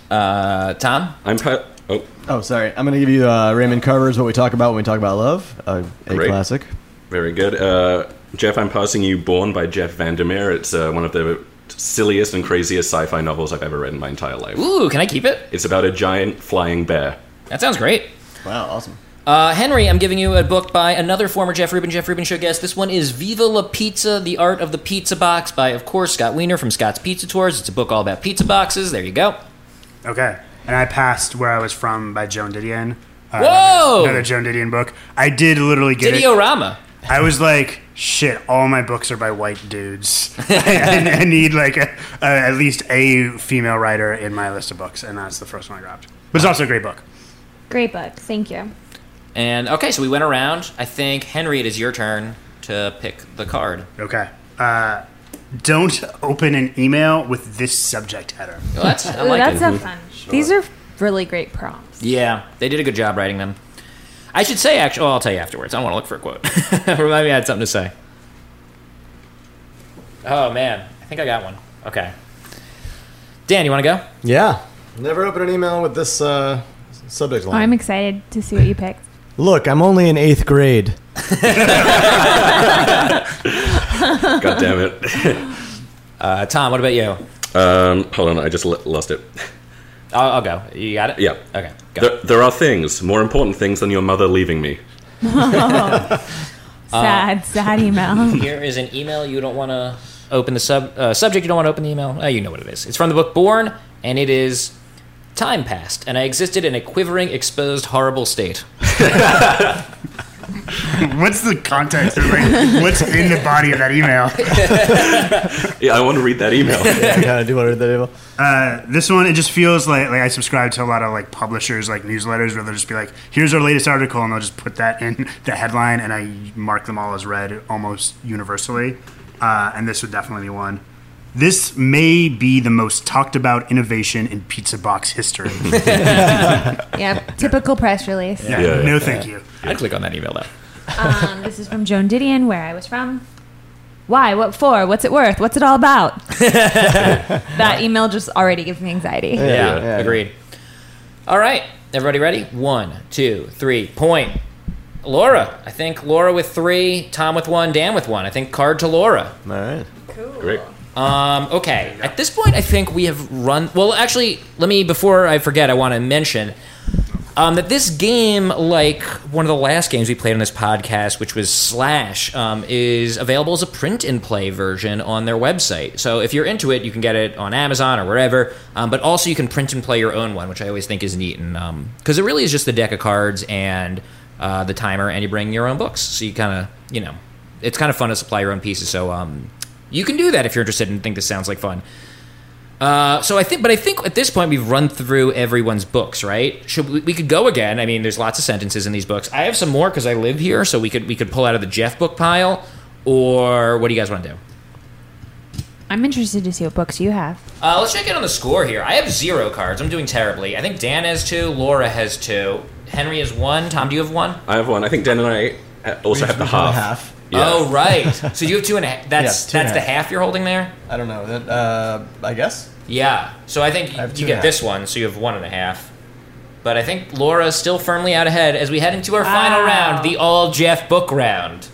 [SPEAKER 2] Uh, Tom.
[SPEAKER 3] I'm. Pa- oh,
[SPEAKER 4] Oh, sorry. I'm going to give you uh, Raymond Carver's What We Talk About When We Talk About Love, uh, a
[SPEAKER 3] Great.
[SPEAKER 4] classic.
[SPEAKER 3] Very good. Uh, Jeff, I'm passing you Born by Jeff Vandermeer. It's uh, one of the silliest and craziest sci fi novels I've ever read in my entire life.
[SPEAKER 2] Ooh, can I keep it?
[SPEAKER 3] It's about a giant flying bear.
[SPEAKER 2] That sounds great.
[SPEAKER 4] Wow, awesome.
[SPEAKER 2] Uh, Henry, I'm giving you a book by another former Jeff Rubin, Jeff Rubin Show guest. This one is Viva la Pizza, The Art of the Pizza Box by, of course, Scott Wiener from Scott's Pizza Tours. It's a book all about pizza boxes. There you go.
[SPEAKER 6] Okay. And I passed Where I Was From by Joan Didion. Uh,
[SPEAKER 2] Whoa!
[SPEAKER 6] Another Joan Didion book. I did literally get it.
[SPEAKER 2] Didiorama.
[SPEAKER 6] I was like, shit, all my books are by white dudes. I, I need like a, a, at least a female writer in my list of books, and that's the first one I grabbed. But it's also a great book.
[SPEAKER 5] Great book. Thank you.
[SPEAKER 2] And okay, so we went around. I think Henry, it is your turn to pick the card.
[SPEAKER 6] Okay. Uh, don't open an email with this
[SPEAKER 3] [laughs]
[SPEAKER 6] subject header.
[SPEAKER 2] Well, that's I
[SPEAKER 5] Ooh,
[SPEAKER 2] like
[SPEAKER 5] that's
[SPEAKER 2] it.
[SPEAKER 5] a fun. These are really great prompts.
[SPEAKER 2] yeah, they did a good job writing them. I should say, actually, oh, I'll tell you afterwards. I want to look for a quote. [laughs] Remind me, I had something to say. Oh man, I think I got one. Okay, Dan, you want to go?
[SPEAKER 4] Yeah. Never open an email with this uh, subject
[SPEAKER 5] Oh,
[SPEAKER 4] line.
[SPEAKER 5] I'm excited to see what you picked.
[SPEAKER 4] Look, I'm only in eighth [laughs] grade.
[SPEAKER 3] God damn
[SPEAKER 2] [laughs]
[SPEAKER 3] it.
[SPEAKER 2] Uh, Tom, what about you?
[SPEAKER 3] Um, hold on, I just l- lost it.
[SPEAKER 2] I'll, I'll go. You got it?
[SPEAKER 3] Yeah.
[SPEAKER 2] Okay. Go.
[SPEAKER 3] There, there are things, more important things than your mother leaving me.
[SPEAKER 2] Uh,
[SPEAKER 5] Sad, sad
[SPEAKER 2] [laughs]
[SPEAKER 5] email.
[SPEAKER 2] Here is an email you don't want to open the sub uh, subject. You don't want to open the email. Uh, you know what it is. It's from the book Born, and it is time passed, and I existed in a quivering, exposed, horrible state.
[SPEAKER 6] What's the context? of, like, What's in the body of
[SPEAKER 3] [laughs]
[SPEAKER 6] that email?
[SPEAKER 3] Yeah, I want to read that
[SPEAKER 2] [laughs]
[SPEAKER 3] email.
[SPEAKER 4] I gotta do what I read that email.
[SPEAKER 6] Uh, this one, it just feels like like I subscribe to a lot of like publishers, like newsletters, where they'll just be like, "Here's our latest article," and they'll just put that in [laughs] the headline, and I mark them all as read almost universally. Uh, and this would definitely be one. This may be the most talked about innovation in pizza
[SPEAKER 3] [laughs]
[SPEAKER 6] box history.
[SPEAKER 5] yeah. Typical press release.
[SPEAKER 3] Yeah.
[SPEAKER 6] no, thank you.
[SPEAKER 2] I'd click on that email though.
[SPEAKER 5] Um, this is from Joan Didion, where I was from. Why? What for? What's it worth? What's it all about? that email just already gives me anxiety.
[SPEAKER 2] Yeah,
[SPEAKER 4] yeah, yeah.
[SPEAKER 2] agreed. All right, everybody ready? One, two, three, point. Laura, I think Laura with three, Tom with one, Dan with one. I think card to Laura.
[SPEAKER 4] All right.
[SPEAKER 3] Great.
[SPEAKER 2] Um, okay. At this point, I think we have run. Well, actually, let me before I forget. I want to mention um, that this game, like one of the last games we played on this podcast, which was Slash, um, is available as a print-and-play version on their website. So if you're into it, you can get it on Amazon or wherever. Um, but also, you can print and play your own one, which I always think is neat, and because it really is just the deck of cards and uh, the timer, and you bring your own books. So you kind of, you know, it's kind of fun to supply your own pieces. So um, you can do that if you're interested and think this sounds like fun. Uh, so I think, but I think at this point we've run through everyone's books, right? Should we, we could go again? I mean, there's lots of sentences in these books. I have some more because I live here, so we could we could pull out of the Jeff book pile. Or what do you guys want to do?
[SPEAKER 5] I'm interested to see what books you have.
[SPEAKER 2] Uh, let's check in on the score here. I have zero cards. I'm doing terribly. I think Dan has two. Laura has two. Henry has one. Tom, do you have one?
[SPEAKER 3] I have one. I think Dan and I ha- also have the half. Yeah.
[SPEAKER 2] Oh,
[SPEAKER 4] [laughs]
[SPEAKER 2] right. so you have two and a half. That's
[SPEAKER 4] Yeah, two and
[SPEAKER 2] that's
[SPEAKER 4] a
[SPEAKER 2] the
[SPEAKER 4] half.
[SPEAKER 2] half you're holding there.
[SPEAKER 4] I don't know. That, uh, I guess.
[SPEAKER 2] Yeah. So I think
[SPEAKER 4] I have
[SPEAKER 2] you
[SPEAKER 4] two
[SPEAKER 2] get
[SPEAKER 4] and a
[SPEAKER 2] this one, so you have one and a half. But I think Laura is still firmly out ahead as we head into our final
[SPEAKER 5] Wow.
[SPEAKER 2] round, the all Jeff book
[SPEAKER 4] [laughs]
[SPEAKER 2] round.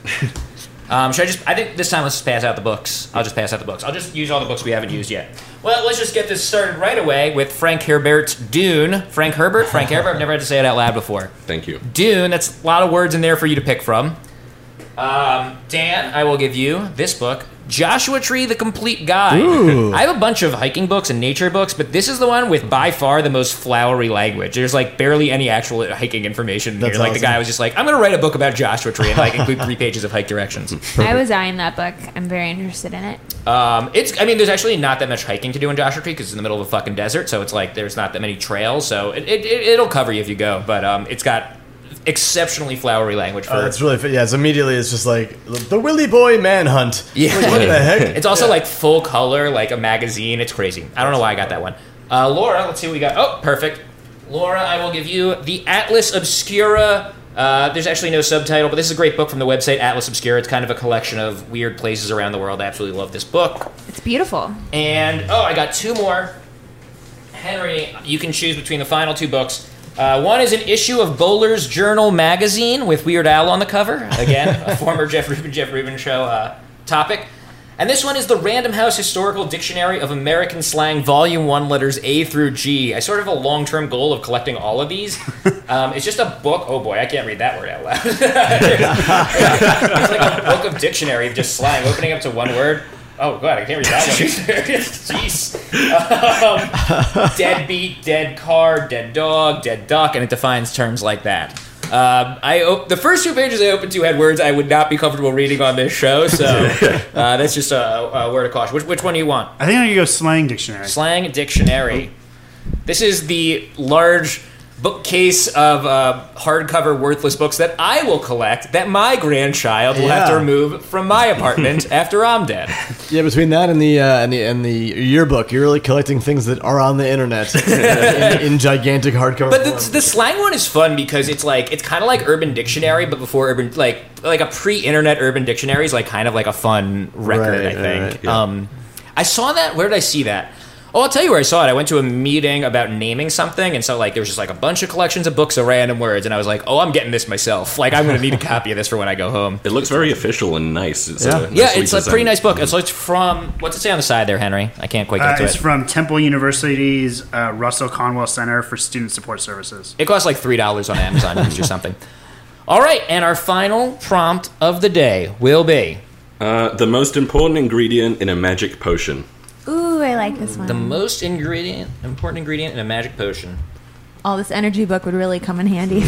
[SPEAKER 2] um, should I just? I think this time let's just pass out the books. I'll just pass out the books. I'll just use all the books we haven't used yet. Well, let's just get this started right away with Frank Herbert's Dune. Frank Herbert.
[SPEAKER 4] [laughs]
[SPEAKER 2] Frank Herbert. I've never had to say it out loud before.
[SPEAKER 3] Thank you.
[SPEAKER 2] Dune. That's a lot of words in there for you to pick from. Um, Dan, I will give you this book, Joshua Tree, the complete guide.
[SPEAKER 4] Ooh.
[SPEAKER 2] I have a bunch of hiking books and nature books, but this is the one with by far the most flowery language. There's like barely any actual hiking information in
[SPEAKER 4] That's
[SPEAKER 2] here. Like the
[SPEAKER 4] awesome.
[SPEAKER 2] guy was just like, "I'm going to write a book about Joshua Tree and like include three pages of hike
[SPEAKER 4] [laughs]
[SPEAKER 2] directions."
[SPEAKER 5] I was eyeing that book. I'm very interested in it.
[SPEAKER 2] Um, it's I mean, there's actually not that much hiking to do in Joshua Tree because it's in the middle of a fucking desert, so it's like there's not that many trails, so it, it, it it'll cover you if you go. But um, it's got exceptionally flowery language for.
[SPEAKER 4] Oh, that's really fa- yeah. It's immediately it's just like the Willy Boy manhunt.
[SPEAKER 2] [laughs] Yeah.
[SPEAKER 4] Like, what the heck?
[SPEAKER 2] It's also like full color, like a magazine. It's crazy. I don't know why I got that one. Uh, Laura, let's see what we got. Oh, perfect. Laura, I will give you the Atlas Obscura. Uh, there's actually no subtitle, but this is a great book from the website Atlas Obscura. It's kind of a collection of weird places around the world. I absolutely love this book.
[SPEAKER 5] It's beautiful.
[SPEAKER 2] And oh, I got two more. Henry, you can choose between the final two books. Uh, one is an issue of Bowler's Journal magazine with Weird Al on the cover. Again, a former Jeff Rubin, Jeff Rubin show uh, topic. And this one is the Random House Historical Dictionary of American Slang, Volume 1, letters A through G. I sort of have a long term goal of collecting all of these. Um, it's just a book. Oh boy, I can't read that word out loud. It's like a book of dictionary of just slang, opening up to one word. Oh god, I can't read that one. [laughs] either. Jeez. Um, deadbeat, dead car, dead dog, dead duck, and it defines terms like that. Um, I op- the first two pages I opened to had words I would not be comfortable reading on this show, so uh, that's just a, a word of caution. Which, which one do you want?
[SPEAKER 6] I think I'm gonna go slang dictionary.
[SPEAKER 2] Slang dictionary. This is the large bookcase of uh, hardcover worthless books that I will collect that my grandchild will have to
[SPEAKER 4] Yeah.
[SPEAKER 2] remove from my apartment after I'm dead.
[SPEAKER 4] Yeah, between that and the uh, and the and the yearbook, you're really collecting things that are on
[SPEAKER 2] [laughs]
[SPEAKER 4] the internet in, in gigantic hardcover.
[SPEAKER 2] But
[SPEAKER 4] form.
[SPEAKER 2] the, the slang one is fun because it's like it's kind of like Urban Dictionary, but before Urban, like like a pre-internet Urban Dictionary is like kind of like a fun record.
[SPEAKER 4] Right,
[SPEAKER 2] I think.
[SPEAKER 4] right, yeah.
[SPEAKER 2] um, I saw that. Where did I see that? Oh, I'll tell you where I saw it. I went to a meeting about naming something, and so like there was just like a bunch of collections of books of random words, and I was like, oh, I'm getting this myself. Like I'm gonna
[SPEAKER 4] [laughs]
[SPEAKER 2] need a copy of this for when I go home.
[SPEAKER 3] It looks very official and nice. It's
[SPEAKER 4] Yeah.
[SPEAKER 3] a
[SPEAKER 2] Yeah,
[SPEAKER 3] nicely
[SPEAKER 2] it's a pretty
[SPEAKER 3] designed-
[SPEAKER 2] nice book. So it's from what's it say on the side there, Henry? I can't quite get
[SPEAKER 6] Uh,
[SPEAKER 2] to
[SPEAKER 6] it's
[SPEAKER 2] it.
[SPEAKER 6] from Temple University's uh, Russell Conwell Center for Student Support Services.
[SPEAKER 2] It costs like three dollars on Amazon used or something. All right, and our final prompt of the day will be
[SPEAKER 3] Uh, the most important ingredient in a magic potion.
[SPEAKER 5] Ooh, I like this one.
[SPEAKER 2] the most ingredient, important ingredient in a magic potion.
[SPEAKER 5] All this energy book would really come in handy.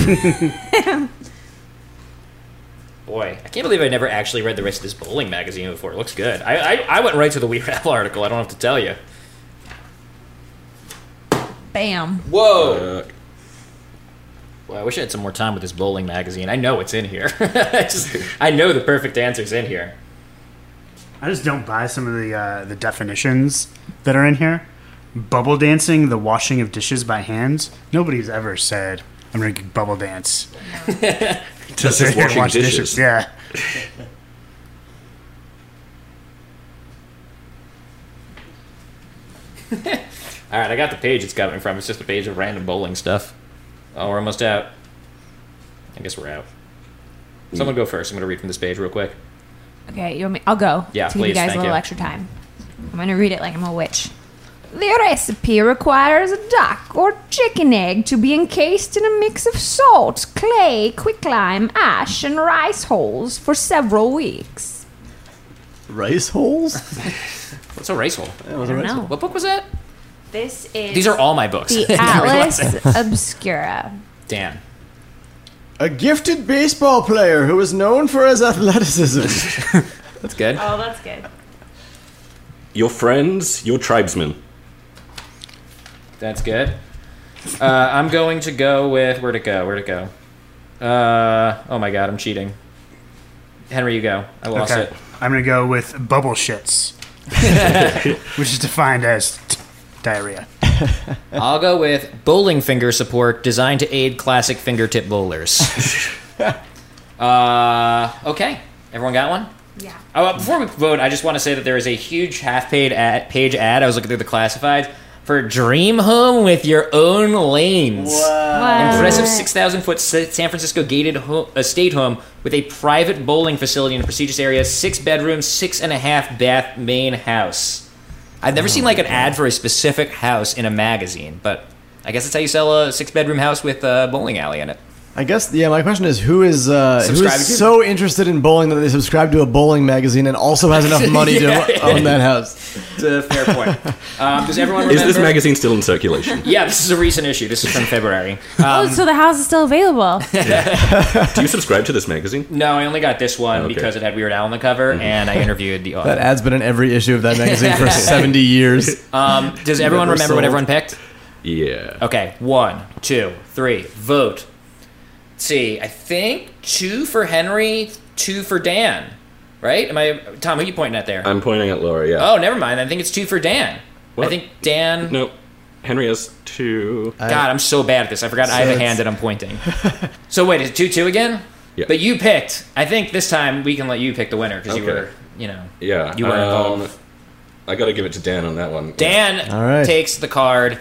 [SPEAKER 2] Boy, I can't believe I never actually read the rest of this bowling magazine before. It looks good. I, I, I went right to the Weird Al article. I don't have to tell you.
[SPEAKER 5] Bam.
[SPEAKER 2] Whoa!
[SPEAKER 3] Uh,
[SPEAKER 2] Well, I wish I had some more time with this bowling magazine. I know it's in here. [laughs] I just I know the perfect answer's in here.
[SPEAKER 6] I just don't buy some of the uh, the definitions that are in here. Bubble dancing, the washing of dishes by hands. Nobody's ever said I'm going to bubble dance. to sit here and
[SPEAKER 3] washing
[SPEAKER 6] [laughs] wash
[SPEAKER 3] dishes.
[SPEAKER 6] Yeah.
[SPEAKER 2] All right, I got the page it's coming from. It's just a page of random bowling stuff. Oh, we're almost out. I guess we're out. Someone go first. I'm going to read from this page real quick.
[SPEAKER 5] Okay, you want me? I'll go.
[SPEAKER 2] Yeah,
[SPEAKER 5] to give
[SPEAKER 2] please,
[SPEAKER 5] you guys
[SPEAKER 2] thank
[SPEAKER 5] a little
[SPEAKER 2] you.
[SPEAKER 5] extra time. I'm gonna read it like I'm a witch. The recipe requires a duck or chicken egg to be encased in a mix of salt, clay, quicklime, ash, and rice holes for several weeks.
[SPEAKER 4] rice holes.
[SPEAKER 2] What's a race hole?
[SPEAKER 5] I don't know.
[SPEAKER 2] What book was that?
[SPEAKER 5] This is
[SPEAKER 2] These are all my books. [laughs]
[SPEAKER 5] the Atlas Obscura.
[SPEAKER 2] Dan.
[SPEAKER 4] A gifted baseball player who is known for his athleticism.
[SPEAKER 2] [laughs] That's good.
[SPEAKER 5] Oh, that's good.
[SPEAKER 3] your friends, your tribesmen.
[SPEAKER 2] That's good. Uh, I'm going to go with. Where'd it go? Where'd it go? Uh, oh my god, I'm cheating. Henry, you go. I lost
[SPEAKER 6] Okay.
[SPEAKER 2] it.
[SPEAKER 6] I'm going to go with
[SPEAKER 3] [laughs]
[SPEAKER 6] bubble shits, which is defined as t- diarrhea.
[SPEAKER 2] I'll go with bowling finger support designed to aid classic fingertip bowlers. uh, okay, everyone got one.
[SPEAKER 5] Yeah.
[SPEAKER 2] Oh, uh, before we vote, I just want to say that there is a huge half-page ad, page ad. I was looking through the classifieds for Dream Home with your own lanes. Impressive 6,000 foot Sa- San Francisco gated ho- estate home with a private bowling facility in a prestigious area, six bedrooms, six and a half bath main house. I've never seen like an ad for a specific house in a magazine, but I guess that's how you sell a six bedroom house with a bowling alley in it.
[SPEAKER 4] I guess yeah. My question is, who is uh, who
[SPEAKER 2] Subscribe to-
[SPEAKER 4] is so interested in bowling that they subscribe to a bowling magazine and also has enough
[SPEAKER 2] [laughs]
[SPEAKER 4] money
[SPEAKER 2] Yeah.
[SPEAKER 4] to own that house?
[SPEAKER 2] It's a fair point. [laughs] Um, does everyone
[SPEAKER 3] Is
[SPEAKER 2] remember? [laughs]
[SPEAKER 3] this magazine still in circulation? [laughs]
[SPEAKER 2] Yeah, this is a recent issue. This is from February.
[SPEAKER 5] oh, so the house is still available.
[SPEAKER 3] Do you subscribe to this magazine?
[SPEAKER 2] No, I only got this one
[SPEAKER 3] [laughs] Okay. Mm-hmm.
[SPEAKER 2] because it had Weird Al on the cover, and I interviewed
[SPEAKER 3] [laughs]
[SPEAKER 2] the author.
[SPEAKER 4] That ad's been in every issue of that magazine
[SPEAKER 2] [laughs]
[SPEAKER 4] for seventy years.
[SPEAKER 2] Um, does everyone
[SPEAKER 4] Never
[SPEAKER 2] remember what
[SPEAKER 4] sold.
[SPEAKER 2] everyone picked?
[SPEAKER 3] Yeah.
[SPEAKER 2] Okay, one, two, three, vote. Let's see, I think two for Henry, two for Dan. Right? Am I Tom? Who are you pointing at there?
[SPEAKER 3] I'm pointing at Laura. Yeah.
[SPEAKER 2] oh, never mind. I think it's two for Dan. I
[SPEAKER 3] What?
[SPEAKER 2] think Dan.
[SPEAKER 3] No, Henry has two.
[SPEAKER 2] God, I'm so bad at this. I forgot I
[SPEAKER 4] So
[SPEAKER 2] have a
[SPEAKER 4] it's-
[SPEAKER 2] hand that I'm
[SPEAKER 4] [laughs]
[SPEAKER 2] pointing. so wait, is it two two again?
[SPEAKER 3] Yeah.
[SPEAKER 2] But you picked. I think this time we can let you pick the winner because you
[SPEAKER 3] Okay.
[SPEAKER 2] were, you know,
[SPEAKER 3] yeah.
[SPEAKER 2] you were
[SPEAKER 3] um,
[SPEAKER 2] involved.
[SPEAKER 3] I got to give it to Dan on that one.
[SPEAKER 2] Dan
[SPEAKER 4] All right.
[SPEAKER 2] takes the card.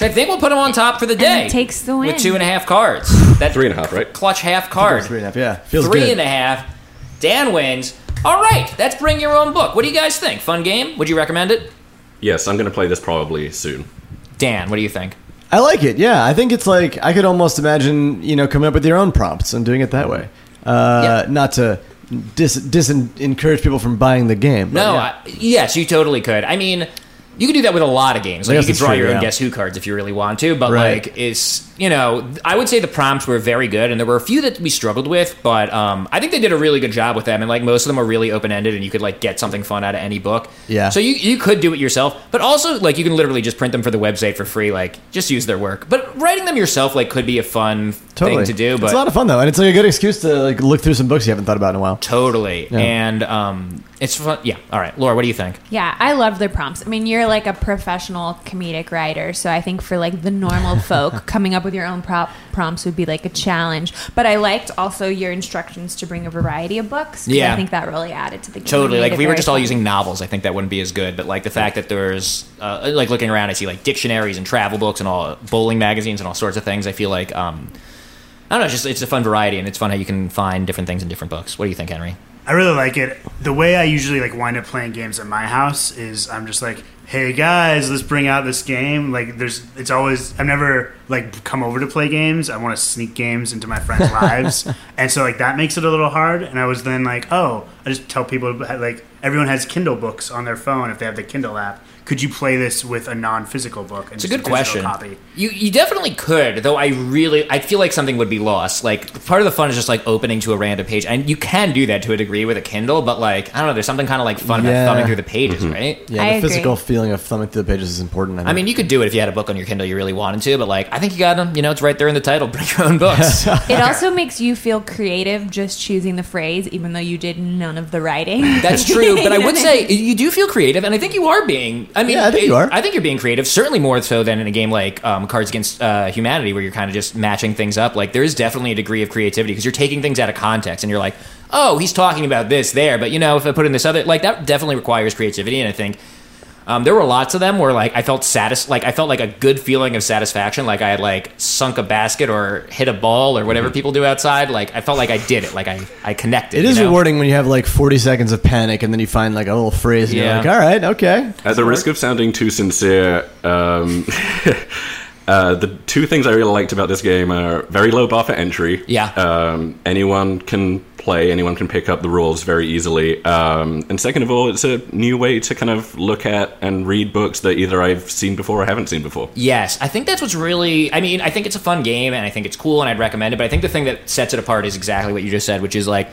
[SPEAKER 2] I think we'll put him on top for the day.
[SPEAKER 5] he takes the win.
[SPEAKER 2] with two and a half cards. That
[SPEAKER 3] Three and a half, right?
[SPEAKER 2] clutch half card.
[SPEAKER 4] Three and a half. Yeah, feels
[SPEAKER 2] Three
[SPEAKER 4] good.
[SPEAKER 2] and a half. Dan wins. All right, that's bring your own book. What do you guys think? Fun game? Would you recommend it?
[SPEAKER 3] Yes, I'm going to play this probably soon.
[SPEAKER 2] Dan, what do you think?
[SPEAKER 4] I like it. Yeah, I think it's like I could almost imagine you know coming up with your own prompts and doing it that way. Uh,
[SPEAKER 2] Yeah.
[SPEAKER 4] Not to dis, dis- encourage people from buying the game. but
[SPEAKER 2] No,
[SPEAKER 4] yeah.
[SPEAKER 2] I, yes, you totally could. I mean, you could do that with a lot of games.
[SPEAKER 4] I
[SPEAKER 2] Like you
[SPEAKER 4] guess
[SPEAKER 2] could
[SPEAKER 4] it's
[SPEAKER 2] draw
[SPEAKER 4] true,
[SPEAKER 2] your own
[SPEAKER 4] yeah.
[SPEAKER 2] guess who cards if you really want to. But
[SPEAKER 4] Right.
[SPEAKER 2] like, it's you know, I would say the prompts were very good, and there were a few that we struggled with, but um, I think they did a really good job with them. And like most of them are really open ended, and you could like get something fun out of any book.
[SPEAKER 4] Yeah.
[SPEAKER 2] So you you could do it yourself, but also like you can literally just print them for the website for free. Like just use their work. But writing them yourself like could be a fun
[SPEAKER 4] totally
[SPEAKER 2] thing to do. But
[SPEAKER 4] it's a lot of fun though, and it's like a good excuse to like look through some books you haven't thought about in a while.
[SPEAKER 2] totally, and um, it's fun. Yeah. All right, Laura, what do you think?
[SPEAKER 5] Yeah, I love their prompts. I mean, you're like a professional comedic writer, so I think for like
[SPEAKER 2] [laughs]
[SPEAKER 5] the normal folk, coming up with your own prop prompts would be like a challenge. But I liked also your instructions to bring a variety of books. 'cause
[SPEAKER 2] Yeah.
[SPEAKER 5] I think that really added to the game.
[SPEAKER 2] Totally.
[SPEAKER 5] Made
[SPEAKER 2] Like
[SPEAKER 5] it
[SPEAKER 2] if we were
[SPEAKER 5] very
[SPEAKER 2] just all
[SPEAKER 5] fun.
[SPEAKER 2] using novels, I think that wouldn't be as good. But like the fact that there's uh, like looking around, I see like dictionaries and travel books and all bowling magazines and all sorts of things. I feel like um, I don't know. it's Just it's a fun variety and it's fun how you can find different things in different books. What do you think, Henry?
[SPEAKER 6] I really like it. The way I usually like wind up playing games at my house is I'm just like, "Hey guys, let's bring out this game." Like there's it's always I've never like come over to play games. I want to sneak games into my
[SPEAKER 2] [laughs]
[SPEAKER 6] friends' lives. And so like that makes it a little hard and I was then like, "Oh, I just tell people like everyone has Kindle books on their phone if they have the Kindle app. Could you play this with a non-physical book?" And
[SPEAKER 2] It's a
[SPEAKER 6] just
[SPEAKER 2] good
[SPEAKER 6] digital
[SPEAKER 2] question.
[SPEAKER 6] Copy?
[SPEAKER 2] You you definitely could, though. I really I feel like something would be lost. Like part of the fun is just like opening to a random page, and you can do that to a degree with a Kindle. But like I don't know, there's something kind of like fun
[SPEAKER 4] Yeah.
[SPEAKER 2] about thumbing through the pages, right?
[SPEAKER 4] Yeah,
[SPEAKER 5] I
[SPEAKER 4] the
[SPEAKER 5] agree.
[SPEAKER 4] physical feeling of thumbing through the pages is important.
[SPEAKER 2] I mean, you could do it if you had a book on your Kindle you really wanted to, but like, I think you got them. You know, it's right there in the title. [laughs] Bring your own books.
[SPEAKER 5] It also makes you feel creative just choosing the phrase, even though you did none of the writing.
[SPEAKER 2] [laughs] That's true, but I would say you do feel creative, and I think you are being. I mean,
[SPEAKER 4] Yeah, I think you are.
[SPEAKER 2] I think you're being creative, certainly more so than in a game like um, Cards Against uh, Humanity, where you're kind of just matching things up. Like there is definitely a degree of creativity because you're taking things out of context, and you're like, oh, he's talking about this there, but you know, if I put in this other, like that definitely requires creativity, and I think. Um, there were lots of them where like I felt satis- like I felt like a good feeling of satisfaction, like I had like sunk a basket or hit a ball or whatever people do outside. Like I felt like I did it, like I I connected. you
[SPEAKER 4] Mm-hmm. it is
[SPEAKER 2] know?
[SPEAKER 4] rewarding when you have like 40 seconds of panic and then you find like a little phrase and
[SPEAKER 2] Yeah.
[SPEAKER 4] you're like, all right, okay.
[SPEAKER 3] At the risk of sounding too sincere, um, [laughs] uh, the two things I really liked about this game are very low bar for entry.
[SPEAKER 2] Yeah.
[SPEAKER 3] Um, anyone can play, anyone can pick up the rules very easily. Um, and second of all, it's a new way to kind of look at and read books that either I've seen before or haven't seen before.
[SPEAKER 2] Yes, I think that's what's really. I mean, I think it's a fun game and I think it's cool and I'd recommend it. But I think the thing that sets it apart is exactly what you just said, which is like,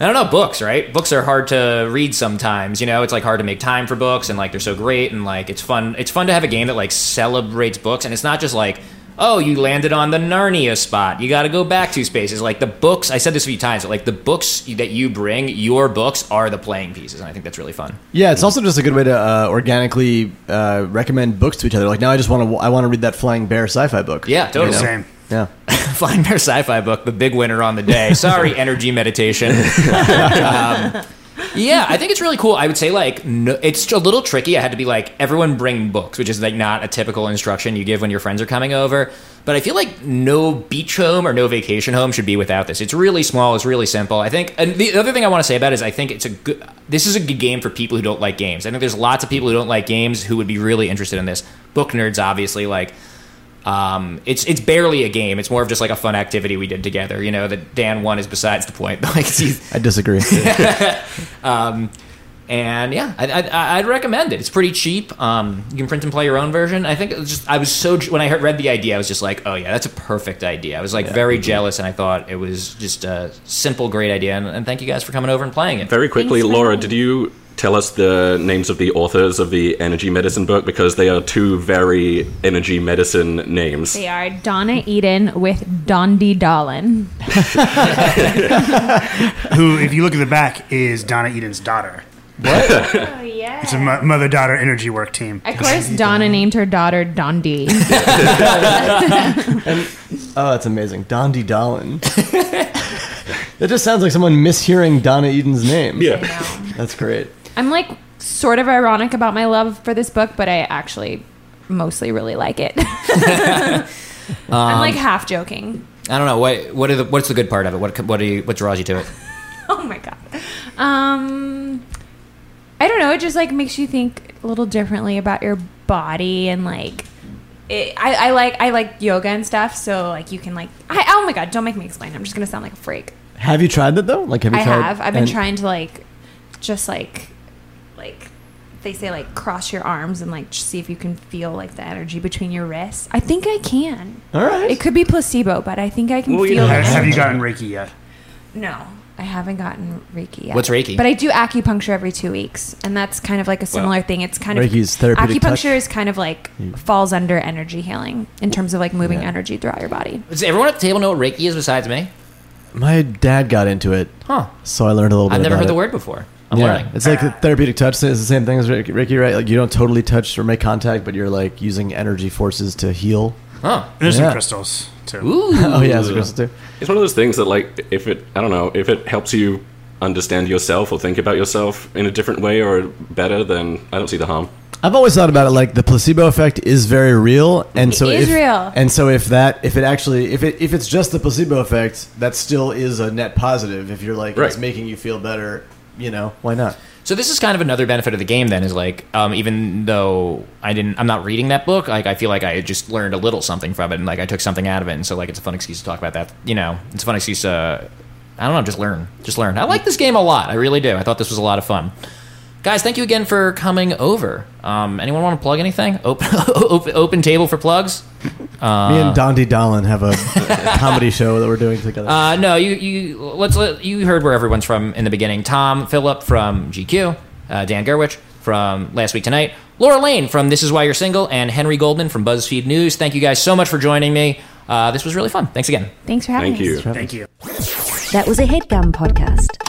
[SPEAKER 2] I don't know, books, right? Books are hard to read sometimes. You know, it's like hard to make time for books and like they're so great and like it's fun. It's fun to have a game that like celebrates books and it's not just like. Oh, you landed on the Narnia spot. You got to go back two spaces. Like the books, I said this a few times, but like the books that you bring, your books are the playing pieces, and I think that's really fun.
[SPEAKER 4] Yeah, it's also just a good way to uh, organically uh, recommend books to each other. Like now I just want to I want to read that Flying Bear sci-fi book.
[SPEAKER 2] Yeah, totally.
[SPEAKER 4] know?
[SPEAKER 6] Same.
[SPEAKER 4] Yeah.
[SPEAKER 2] [laughs] Flying Bear Sci-Fi book, the big winner on the day. Sorry, energy meditation. Um, yeah, I think it's really cool. I would say like no, it's a little tricky. I had to be like everyone bring books, which is like not a typical instruction you give when your friends are coming over. But I feel like no beach home or no vacation home should be without this. It's really small. It's really simple. I think. And the other thing I want to say about it is I think it's a good. This is a good game for people who don't like games. I think there's lots of people who don't like games who would be really interested in this. Book nerds, obviously, like Um, it's it's barely a game. It's more of just like a fun activity we did together. You know that Dan won is besides the point. [laughs] like he's,
[SPEAKER 4] I disagree.
[SPEAKER 2] and yeah, I, I, I'd recommend it. It's pretty cheap. Um, you can print and play your own version. I think it was just I was so when I heard, read the idea, I was just like, oh yeah, that's a perfect idea. I was like
[SPEAKER 4] Mm-hmm.
[SPEAKER 2] very jealous, and I thought it was just a simple, great idea. And, and thank you guys for coming over and playing it.
[SPEAKER 3] Very quickly,
[SPEAKER 5] Thanks,
[SPEAKER 3] Laura,
[SPEAKER 5] Michael.
[SPEAKER 3] did you tell us the names of the authors of the energy medicine book because they are two very energy medicine names?
[SPEAKER 5] They are Donna Eden with Dondi Dolan.
[SPEAKER 6] Who, if you look at the back, is Donna Eden's daughter.
[SPEAKER 5] Oh yeah.
[SPEAKER 6] It's a mo- mother-daughter energy work team.
[SPEAKER 5] Of course, Donna named her daughter Dondi.
[SPEAKER 4] Oh, that's amazing. Dondi Dolan. [laughs] that just sounds like someone mishearing Donna Eden's name.
[SPEAKER 3] Yeah.
[SPEAKER 4] That's great.
[SPEAKER 5] I'm like sort of ironic about my love for this book, but I actually mostly really like it. [laughs] I'm like half joking. [laughs]
[SPEAKER 2] I don't know what what are the what's the good part of it? What co- what do you what draws you to
[SPEAKER 4] [laughs]
[SPEAKER 2] it?
[SPEAKER 5] Oh my god. Um, I don't know. It just like makes you think a little differently about your body and like. It, I, I like I like yoga and stuff, so like you can like I, oh my god, don't make me explain. I'm just gonna sound like a freak.
[SPEAKER 4] Have you tried that though? Like, have you
[SPEAKER 5] I
[SPEAKER 4] tried?
[SPEAKER 5] have. I've been
[SPEAKER 4] and-
[SPEAKER 5] trying to like, just like, like they say like cross your arms and like see if you can feel like the energy between your wrists. I think I can.
[SPEAKER 4] All right.
[SPEAKER 5] It could be placebo, but I think I can
[SPEAKER 3] Well, you
[SPEAKER 5] feel.
[SPEAKER 3] know-
[SPEAKER 6] Have,
[SPEAKER 5] Like,
[SPEAKER 6] have you gotten Reiki yet?
[SPEAKER 5] no, I haven't gotten Reiki yet.
[SPEAKER 2] What's Reiki?
[SPEAKER 5] But I do acupuncture every two weeks, and that's kind of like a similar thing. It's kind of
[SPEAKER 4] Reiki's therapeutic touch.
[SPEAKER 5] acupuncture
[SPEAKER 4] Mm.
[SPEAKER 5] is kind of like falls under energy healing in terms of like moving energy throughout your body.
[SPEAKER 2] Does everyone at the table know what Reiki is besides me?
[SPEAKER 4] My dad got into it,
[SPEAKER 2] Huh?
[SPEAKER 4] so I learned a little bit.
[SPEAKER 2] I've never
[SPEAKER 4] about
[SPEAKER 2] heard
[SPEAKER 4] it.
[SPEAKER 2] the word before. I'm
[SPEAKER 4] yeah,
[SPEAKER 2] learning.
[SPEAKER 4] it's like the therapeutic touch. It's the same thing as Ricky, Ricky, right? Like you don't totally touch or make contact, but you're like using energy forces to heal. [laughs]
[SPEAKER 2] Huh?
[SPEAKER 6] There's
[SPEAKER 4] Yeah.
[SPEAKER 6] some crystals too.
[SPEAKER 2] Ooh.
[SPEAKER 4] Oh yeah, as a crystal too.
[SPEAKER 3] It's one of those things that, like, if it, I don't know, if it helps you understand yourself or think about yourself in a different way or better, then I don't see the harm.
[SPEAKER 4] I've always thought about it like the placebo effect is very real, and so
[SPEAKER 5] is
[SPEAKER 4] if,
[SPEAKER 5] real.
[SPEAKER 4] and so if that if it actually if it if it's just the placebo effect, that still is a net positive. If you're like it's
[SPEAKER 3] Right.
[SPEAKER 4] making you feel better, you know why not?
[SPEAKER 2] So this is kind of another benefit of the game. Then is like, um, even though I didn't, I'm not reading that book. Like, I feel like I just learned a little something from it, and like I took something out of it. And so like, it's a fun excuse to talk about that. You know, it's a fun excuse to, I don't know, just learn, just learn. I like this game a lot. I really do. I thought this was a lot of fun. Guys, thank you again for coming over. Um, anyone want to plug anything? Open, [laughs] open, open table for plugs.
[SPEAKER 4] Me and Dondi Dolan have [laughs] a comedy show that we're doing together.
[SPEAKER 2] Uh, no, you you let's let, you heard where everyone's from in the beginning. Tom Phillip from GQ, uh, Dan Gerwich from Last Week Tonight, Laura Lane from This Is Why You're Single, and Henry Goldman from BuzzFeed News. Thank you guys so much for joining me. Uh, this was really fun. Thanks again.
[SPEAKER 5] Thanks for having
[SPEAKER 3] Thank
[SPEAKER 5] us.
[SPEAKER 3] you.
[SPEAKER 6] Thank you.
[SPEAKER 1] That was a headgum podcast.